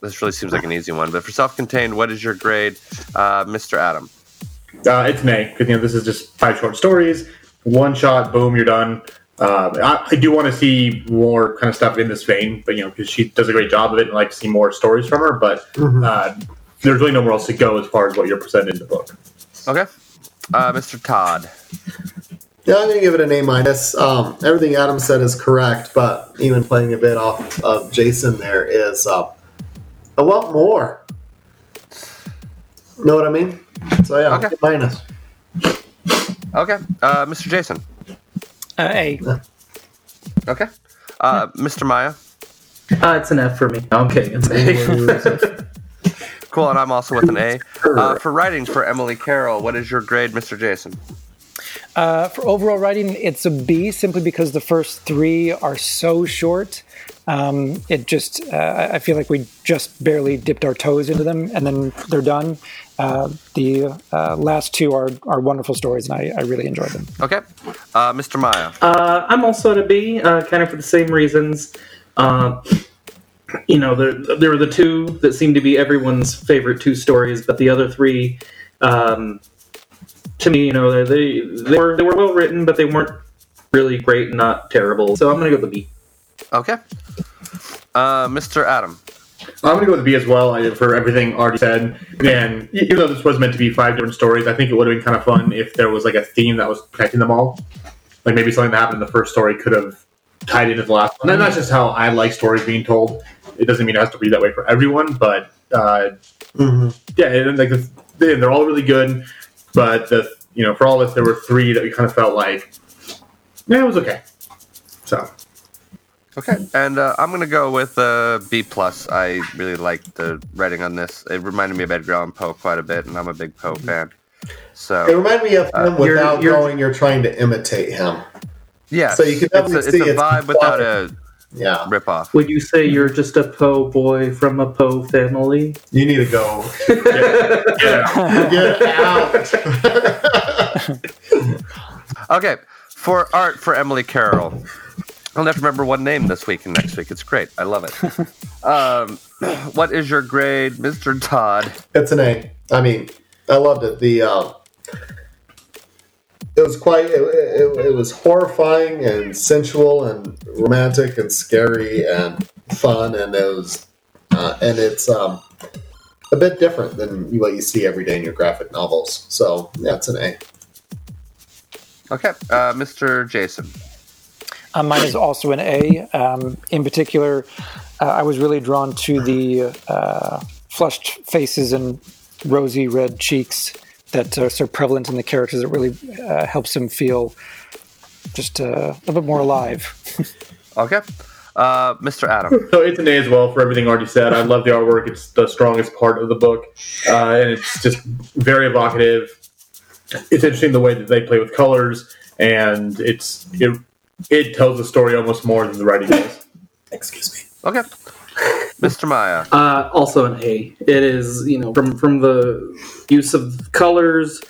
Speaker 4: this really seems like an easy one. But for self-contained, what is your grade, uh, Mr. Adam?
Speaker 3: Uh, it's May because you know this is just five short stories, one shot, boom, you're done. Uh, I, I do want to see more kind of stuff in this vein, but you know because she does a great job of it, and I'd like to see more stories from her. But uh, there's really nowhere else to go as far as what you're presented in the book.
Speaker 4: Okay, uh, Mr. Todd.
Speaker 2: yeah, I'm gonna give it an A minus. Um, everything Adam said is correct, but even playing a bit off of Jason there is uh, I want more. Know what I mean? So yeah,
Speaker 4: Okay.
Speaker 2: A minus.
Speaker 4: Okay, uh, Mr. Jason.
Speaker 8: Uh, a
Speaker 4: Okay, uh, Mr. Maya.
Speaker 5: Uh, it's an F for me. No, I'm kidding. It's an A.
Speaker 4: Cool, and I'm also with an A. Uh, for writing for Emily Carroll, what is your grade, Mr. Jason?
Speaker 8: Uh, for overall writing, it's a B simply because the first three are so short. Um, it just, uh, I- I feel like we just barely dipped our toes into them and then they're done. Uh, the uh, last two are, are wonderful stories and I, I really enjoyed them.
Speaker 4: Okay, uh, Mr. Maya.
Speaker 5: Uh, I'm also at a B, uh, kind of for the same reasons. Uh, you know, there, there were the two that seemed to be everyone's favorite two stories, but the other three, um, to me, you know, they they were they were well written, but they weren't really great, not terrible. So I'm gonna go with the B.
Speaker 4: Okay, uh, Mr. Adam.
Speaker 3: I'm going to go with B as well I, for everything already said. And even though this was meant to be five different stories, I think it would have been kind of fun if there was like a theme that was connecting them all. Like maybe something that happened in the first story could have tied into the last one. And that's just how I like stories being told. It doesn't mean it has to be that way for everyone, but uh, yeah, and like the, they- they're all really good. But the you know for all of us, there were three that we kind of felt like, yeah, it was okay. So
Speaker 4: Okay, and uh, I'm gonna go with uh, B plus. I really liked the writing on this. It reminded me of Edgar Allan Poe quite a bit, and I'm a big Poe fan.
Speaker 2: It
Speaker 4: So
Speaker 2: reminded me of him
Speaker 5: you're-
Speaker 2: without
Speaker 5: Uh, you're-
Speaker 2: knowing you're trying to imitate him.
Speaker 4: yeah,
Speaker 2: So you can
Speaker 4: it's a,
Speaker 2: definitely
Speaker 4: it's
Speaker 2: see
Speaker 4: a
Speaker 2: it's
Speaker 4: vibe without a
Speaker 2: Yeah,
Speaker 4: ripoff.
Speaker 5: Would you say you're just a Poe boy from a Poe family?
Speaker 2: you need to go
Speaker 3: yeah,
Speaker 2: get out.
Speaker 4: Okay, for art for Emily Carroll. I'll have to remember one name this week and next week. It's great. I love it. um, what is your grade, Mr. Todd?
Speaker 2: It's an A. I mean, I loved it. The um, it was quite. It, it, it was horrifying and sensual and romantic and scary and fun and it was uh, and it's um, a bit different than what you see every day in your graphic novels. So yeah, it's an A.
Speaker 4: Okay, uh, Mr. Jason.
Speaker 8: Uh, mine is also an A. Um, in particular, uh, I was really drawn to the uh, flushed faces and rosy red cheeks that are so prevalent in the characters. It really uh, helps them feel just uh, a little bit more alive.
Speaker 4: Okay, uh, Mr. Adam.
Speaker 3: So it's an A as well for everything already said. I love the artwork. It's the strongest part of the book, uh, and it's just very evocative. It's interesting the way that they play with colors, and it's it, it tells the story almost more than the writing does.
Speaker 4: Okay, Mr. Maya.
Speaker 5: Uh, also an A. It is you know from from the use of colors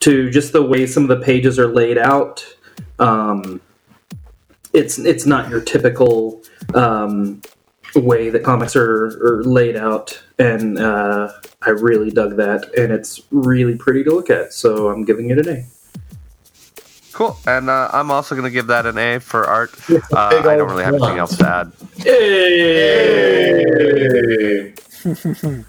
Speaker 5: to just the way some of the pages are laid out. Um, it's it's not your typical um, way that comics are, are laid out, and uh, I really dug that, and it's really pretty to look at. So I'm giving it an A.
Speaker 4: Cool. And uh, I'm also going to give that an A for art. Uh,
Speaker 2: big
Speaker 4: I don't
Speaker 2: old
Speaker 4: really have anything
Speaker 2: one.
Speaker 4: else to add.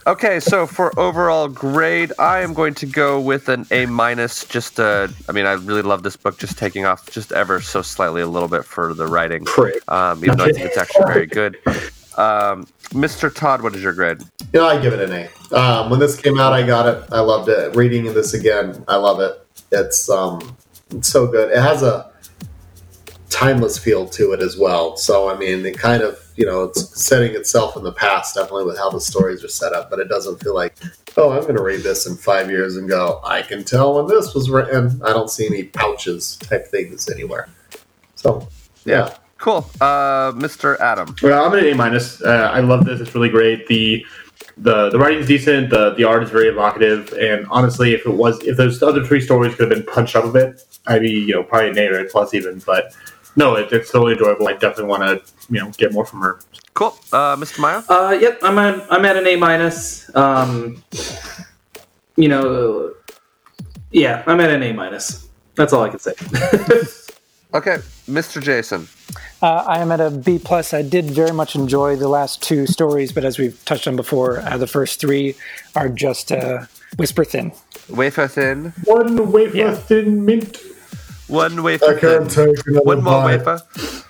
Speaker 4: Okay, so for overall grade, I am going to go with an A minus. Just, uh, I mean, I really love this book. Just taking off just ever so slightly a little bit for the writing,
Speaker 5: Prick.
Speaker 4: um, even though I think it's actually very good. Um, Mr. Todd, what is your grade?
Speaker 2: You know, I give it an eight. Um, when this came out, I got it. I loved it. Reading this again, I love it. It's um, it's so good. It has a timeless feel to it as well. So I mean, it kind of you know it's setting itself in the past, definitely with how the stories are set up. But it doesn't feel like, oh, I'm going to read this in five years and go, I can tell when this was written. I don't see any pouches type things anywhere. So yeah,
Speaker 4: Cool. Uh, Mr. Adam.
Speaker 3: Well, I'm at an A minus. Uh, I love this. It's really great. the the The writing's decent. the The art is very evocative. And honestly, if it was, if those other three stories could have been punched up a bit, I'd be you know probably an A or a plus even. But no, it, it's totally enjoyable. I definitely want to you know get more from her.
Speaker 4: Cool. Uh, Mr. Meyer.
Speaker 5: Uh, yep, I'm at I'm at an A minus. Um, you know, yeah, I'm at an A minus. That's all I can say.
Speaker 4: Okay, Mr. Jason.
Speaker 8: Uh, I am at a B plus. I did very much enjoy the last two stories, but as we've touched on before, uh, the first three are just uh, whisper thin.
Speaker 4: Wafer thin.
Speaker 3: One wafer thin mint.
Speaker 4: One wafer thin.
Speaker 2: take another
Speaker 4: One more
Speaker 2: bite.
Speaker 4: wafer.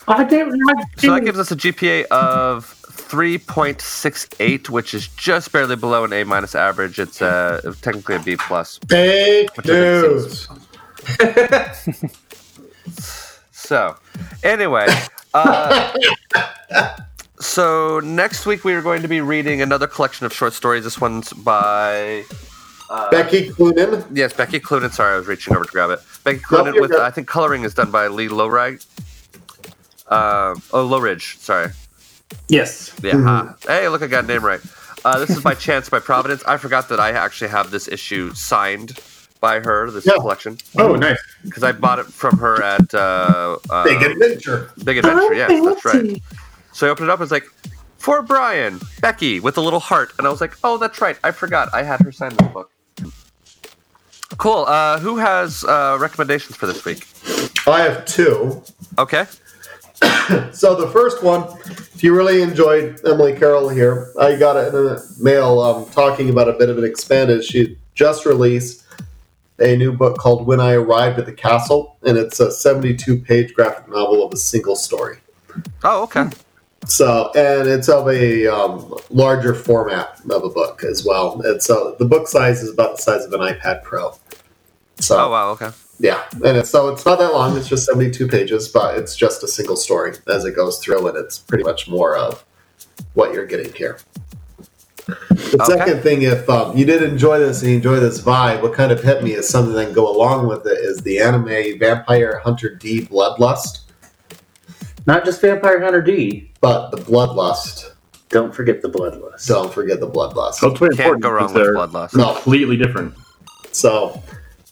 Speaker 3: I don't like.
Speaker 4: So that gives us a GPA of 3.68, which is just barely below an A minus average. It's uh, technically a B plus.
Speaker 2: Fake
Speaker 4: I think
Speaker 2: news.
Speaker 4: So, anyway, uh, so next week we are going to be reading another collection of short stories. This one's by
Speaker 3: Uh,
Speaker 2: Becky Cloonan.
Speaker 4: yes, Becky Clunan. Sorry, I was reaching over to grab it. Becky
Speaker 2: No,
Speaker 4: Clunan
Speaker 2: you're
Speaker 4: with
Speaker 2: good.
Speaker 4: I think coloring is done by Lee Lowrig. Uh, oh, Lowridge. Sorry.
Speaker 5: yes,
Speaker 4: Yeah.
Speaker 2: Mm-hmm.
Speaker 4: huh. Hey, look, I got a name right. Uh, this is by chance by Providence. I forgot that I actually have this issue signed by her, this
Speaker 2: Yeah.
Speaker 4: collection,
Speaker 3: Oh, nice.
Speaker 4: because I bought it from her at uh, uh,
Speaker 2: Big adventure.
Speaker 4: Big Adventure. Yeah, that's right. So I opened it up. It's like for Brian, Becky, with a little heart, and I was like, oh, that's right. I forgot. I had her sign this book. Cool. Uh, who has uh, recommendations for this week?
Speaker 2: I have two.
Speaker 4: Okay.
Speaker 2: So the first one, if you really enjoyed Emily Carroll here, I got it in a mail um, talking about a bit of an expanded. She just released a new book called When I Arrived at the Castle, and it's a 72-page graphic novel of a single story.
Speaker 4: Oh, okay.
Speaker 3: Hmm.
Speaker 2: So, and it's of a um, larger format of a book as well. And so the book size is about the size of an iPad Pro. So,
Speaker 4: Oh, wow. Okay.
Speaker 2: yeah, and it's, so it's not that long. It's just seventy-two pages, but it's just a single story as it goes through, and it's pretty much more of what you're getting here. The
Speaker 4: Okay.
Speaker 2: second thing, if um, you did enjoy this and you enjoy this vibe, what kind of hit me is something that can go along with it is the anime Vampire Hunter D Bloodlust,
Speaker 5: not just Vampire Hunter D.
Speaker 2: but the Bloodlust.
Speaker 5: Don't forget the Bloodlust.
Speaker 2: Don't forget the Bloodlust.
Speaker 3: That's pretty
Speaker 4: Can't
Speaker 3: important.
Speaker 4: go wrong
Speaker 3: because
Speaker 4: with
Speaker 3: they're
Speaker 4: bloodlust.
Speaker 2: No,
Speaker 3: Completely different.
Speaker 2: So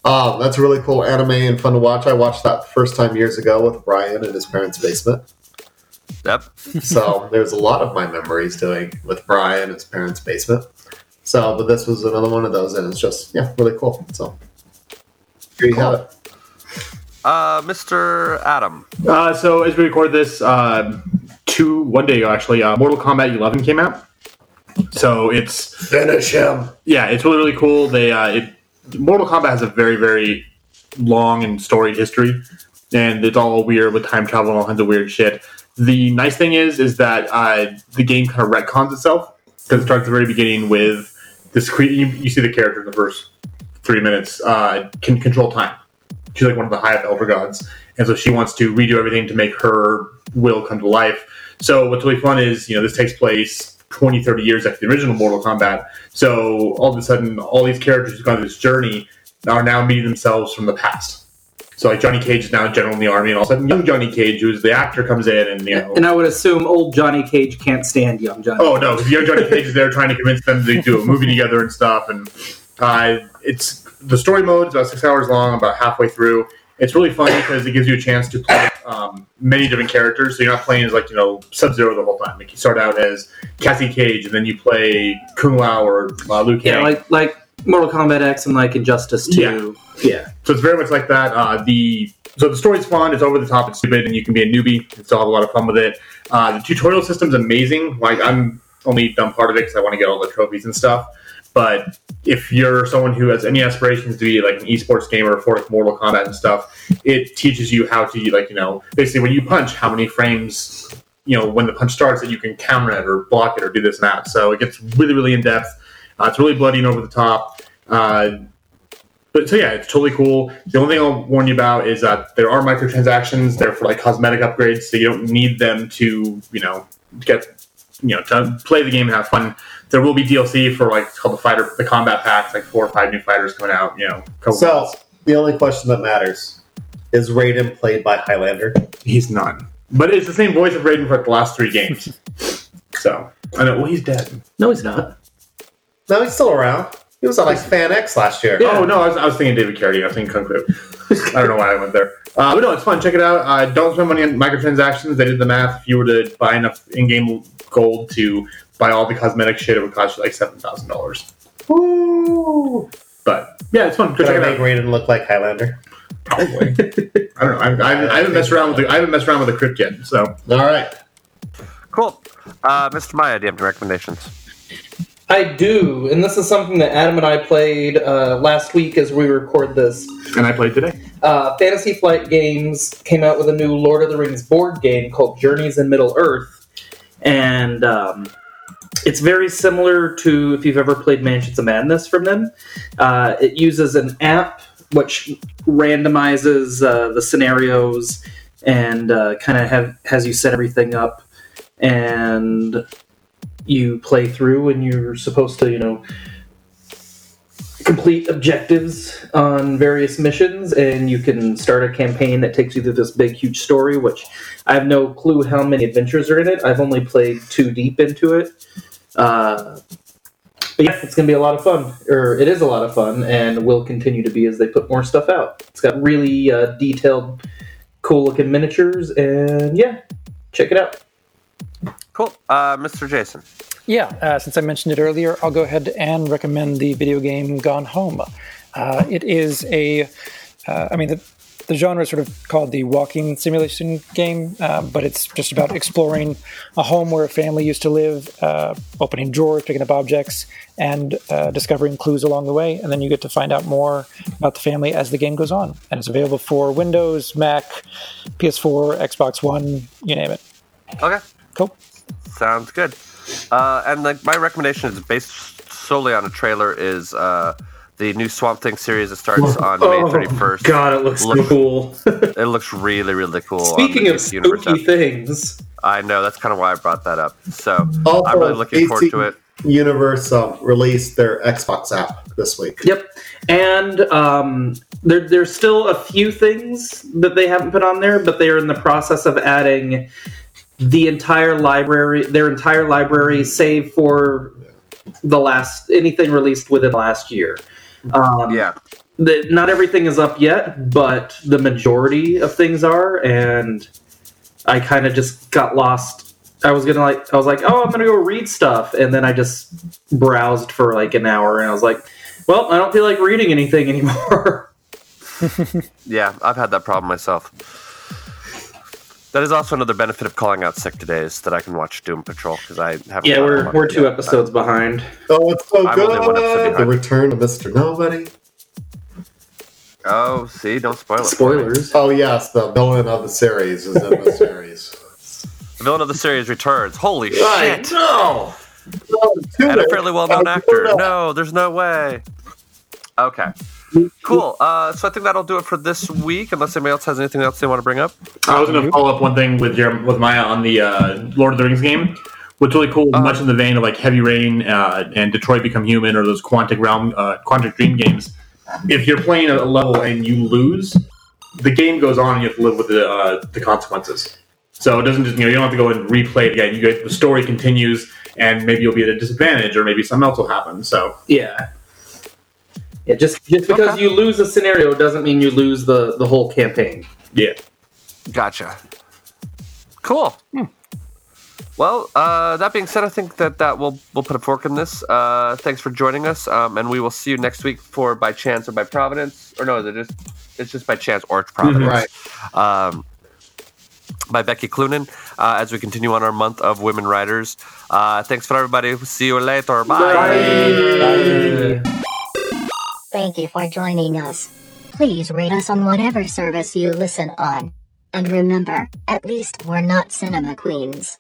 Speaker 2: um, that's a really cool anime and fun to watch. I watched that the first time years ago with Brian in his parents' basement.
Speaker 4: Yep.
Speaker 2: So there's a lot of my memories doing with Brian in his parents' basement. So, but this was another one of those, and it's just yeah, really cool. So here you have it.
Speaker 4: Uh, Mr. Adam.
Speaker 3: Uh, so as we record this, uh, two one day ago actually, uh, Mortal Kombat 11 came out. So it's
Speaker 2: Finish him.
Speaker 3: yeah, it's really really cool. They uh, it, Mortal Kombat has a very very long and storied history, and it's all weird with time travel and all kinds of weird shit. The nice thing is is that uh, the game kind of retcons itself because it starts at the very beginning with this. Cre- you, you see the character in the first three minutes uh, can control time. She's like one of the highest elder gods, and so she wants to redo everything to make her will come to life. So what's really fun is you know this takes place 20, 30 years after the original Mortal Kombat. So all of a sudden, all these characters who've gone through this journey are now meeting themselves from the past. So like Johnny Cage is now a general in the army, and all of a sudden, young Johnny Cage, who is the actor, comes in, and you know,
Speaker 5: And I would assume old Johnny Cage can't stand young Johnny.
Speaker 3: oh no, 'cause young Johnny Cage is there trying to convince them to do a movie together and stuff. And uh, it's the story mode is about six hours long, about halfway through. It's really fun because it gives you a chance to play um, many different characters. So you're not playing as like you know Sub Zero the whole time. Like you start out as Cassie Cage, and then you play Kung Lao or uh, Liu Kang.
Speaker 5: yeah, like like Mortal Kombat X and like Injustice Two. Yeah,
Speaker 3: So it's very much like that. Uh, the so the story's fun. It's over the top. It's stupid, and you can be a newbie and still have a lot of fun with it. Uh, the tutorial system's amazing. Like I'm only done part of it because I want to get all the trophies and stuff. But if you're someone who has any aspirations to be like an esports gamer for like Mortal Kombat and stuff, it teaches you how to like you know basically when you punch, how many frames you know when the punch starts that you can counter it or block it or do this and that. So it gets really really in depth. Uh, it's really bloody and over the top. Uh, but so yeah, it's totally cool. The only thing I'll warn you about is that there are microtransactions. They're for like cosmetic upgrades, so you don't need them to you know get you know to play the game and have fun. There will be DLC for like it's called the fighter, the combat packs, like four or five new fighters coming out. You know, couple
Speaker 2: So
Speaker 3: months.
Speaker 2: the only question that matters is Raiden played by Highlander.
Speaker 3: he's not, but it's the same voice of Raiden for like, the last three games. so I know. Well, he's dead.
Speaker 5: No, he's not.
Speaker 2: No, he's still around. He was on like Fan X last year.
Speaker 3: Oh no, I was, I was thinking David Carradine. I was thinking Kung Fu. I don't know why I went there. Uh, but no, it's fun. Check it out. Uh, don't spend money on microtransactions. They did the math. If you were to buy enough in-game gold to buy all the cosmetic shit, it would cost you like seven thousand dollars. Woo! But yeah, it's fun. Go
Speaker 2: Could I
Speaker 3: check it
Speaker 2: make
Speaker 3: out.
Speaker 2: Raiden look like Highlander?
Speaker 3: Probably. I don't know. I, I, haven't- I haven't messed around with the I haven't messed around with the crypt yet. So
Speaker 2: All right.
Speaker 4: Cool. Uh, Mr. Maya, do you have any recommendations?
Speaker 5: I do, and this is something that Adam and I played uh, last week as we record this.
Speaker 3: and I played today.
Speaker 5: Uh, Fantasy Flight Games came out with a new Lord of the Rings board game called Journeys in Middle Earth, and um, it's very similar to if you've ever played Mansions of Madness from them. Uh, it uses an app which randomizes uh, the scenarios and uh, kind of have has you set everything up, and you play through, and you're supposed to you know complete objectives on various missions and you can start a campaign that takes you through this big huge story which i have no clue how many adventures are in it i've only played too deep into it uh, but yeah it's going to be a lot of fun or it is a lot of fun and will continue to be as they put more stuff out it's got really uh, detailed cool looking miniatures and yeah check it out
Speaker 4: Cool. Uh, Mr. Jason.
Speaker 8: Yeah, uh, since I mentioned it earlier, I'll go ahead and recommend the video game Gone Home. Uh, it is a, uh, I mean, the, the genre is sort of called the walking simulation game, uh, but it's just about exploring a home where a family used to live, uh, opening drawers, picking up objects, and uh, discovering clues along the way. And then you get to find out more about the family as the game goes on. And it's available for Windows, Mac, PS4, Xbox One, you name it.
Speaker 4: Okay.
Speaker 8: Cool.
Speaker 4: Sounds good. Uh, and like my recommendation is based solely on a trailer is uh, the new Swamp Thing series that starts on May thirty first.
Speaker 5: Oh, god it looks so
Speaker 4: Look-
Speaker 5: cool
Speaker 4: It looks really really cool. on
Speaker 5: speaking
Speaker 4: the
Speaker 5: of
Speaker 4: DC Universe
Speaker 5: spooky
Speaker 4: app.
Speaker 5: things
Speaker 4: I know that's kind of why I brought that up. So
Speaker 2: Also,
Speaker 4: I'm really looking forward to
Speaker 2: 18
Speaker 4: it.
Speaker 2: Universe um, released their Xbox app this week.
Speaker 5: Yep. And um, there, there's still a few things that they haven't put on there, but they are in the process of adding the entire library, their entire library, save for the last anything released within last year. Um,
Speaker 4: Yeah.
Speaker 5: the, not everything is up yet, but the majority of things are, and I kind of just got lost. I was gonna like, I was like, oh, I'm gonna go read stuff, and then I just browsed for like an hour, and I was like, well, I don't feel like reading anything anymore.
Speaker 4: Yeah, I've had that problem myself. That is also another benefit of calling out sick today is that I can watch Doom Patrol because I haven't.
Speaker 5: yeah,
Speaker 4: gotten
Speaker 5: we're
Speaker 4: one
Speaker 5: we're
Speaker 4: yet.
Speaker 5: two episodes behind.
Speaker 2: Oh, it's so
Speaker 4: I'm only one episode
Speaker 2: good. The
Speaker 4: behind.
Speaker 2: return of Mr. Nobody.
Speaker 4: Oh, see, don't spoil it.
Speaker 5: Spoilers.
Speaker 2: Oh, yes, the villain of the series is in the series.
Speaker 4: The villain of the series returns. Holy shit!
Speaker 2: No! No, do
Speaker 4: and a
Speaker 2: it.
Speaker 4: fairly
Speaker 2: I
Speaker 4: well-known
Speaker 2: do
Speaker 4: actor.
Speaker 2: not.
Speaker 4: No, there's no way. Okay, cool. Uh, so I think that'll do it for this week. Unless anybody else has anything else they want to bring up.
Speaker 3: I was going to follow up one thing with your, with Maya on the uh, Lord of the Rings game. What's really cool, much in the vein of like Heavy Rain uh, and Detroit Become Human or those Quantic Realm, uh, Quantic Dream games. If you're playing at a level and you lose, the game goes on and you have to live with the uh, the consequences. So it doesn't just you know you don't have to go and replay it again. You get the story continues, and maybe you'll be at a disadvantage, or maybe something else will happen. So
Speaker 5: Yeah. Yeah, just just because you lose a scenario doesn't mean you lose the the whole campaign.
Speaker 3: yeah,
Speaker 4: Gotcha. Cool. Well, uh, that being said, I think that that will we'll put a fork in this. Uh, thanks for joining us, um, and we will see you next week for by chance or by providence, or no, it's just it's just by chance or it's providence.
Speaker 2: Right.
Speaker 4: Um, by Becky Cloonan, uh, as we continue on our month of women writers. Uh, thanks for everybody. See you later. Bye.
Speaker 1: Thank you for joining us. Please rate us on whatever service you listen on. And remember, at least we're not cinema queens.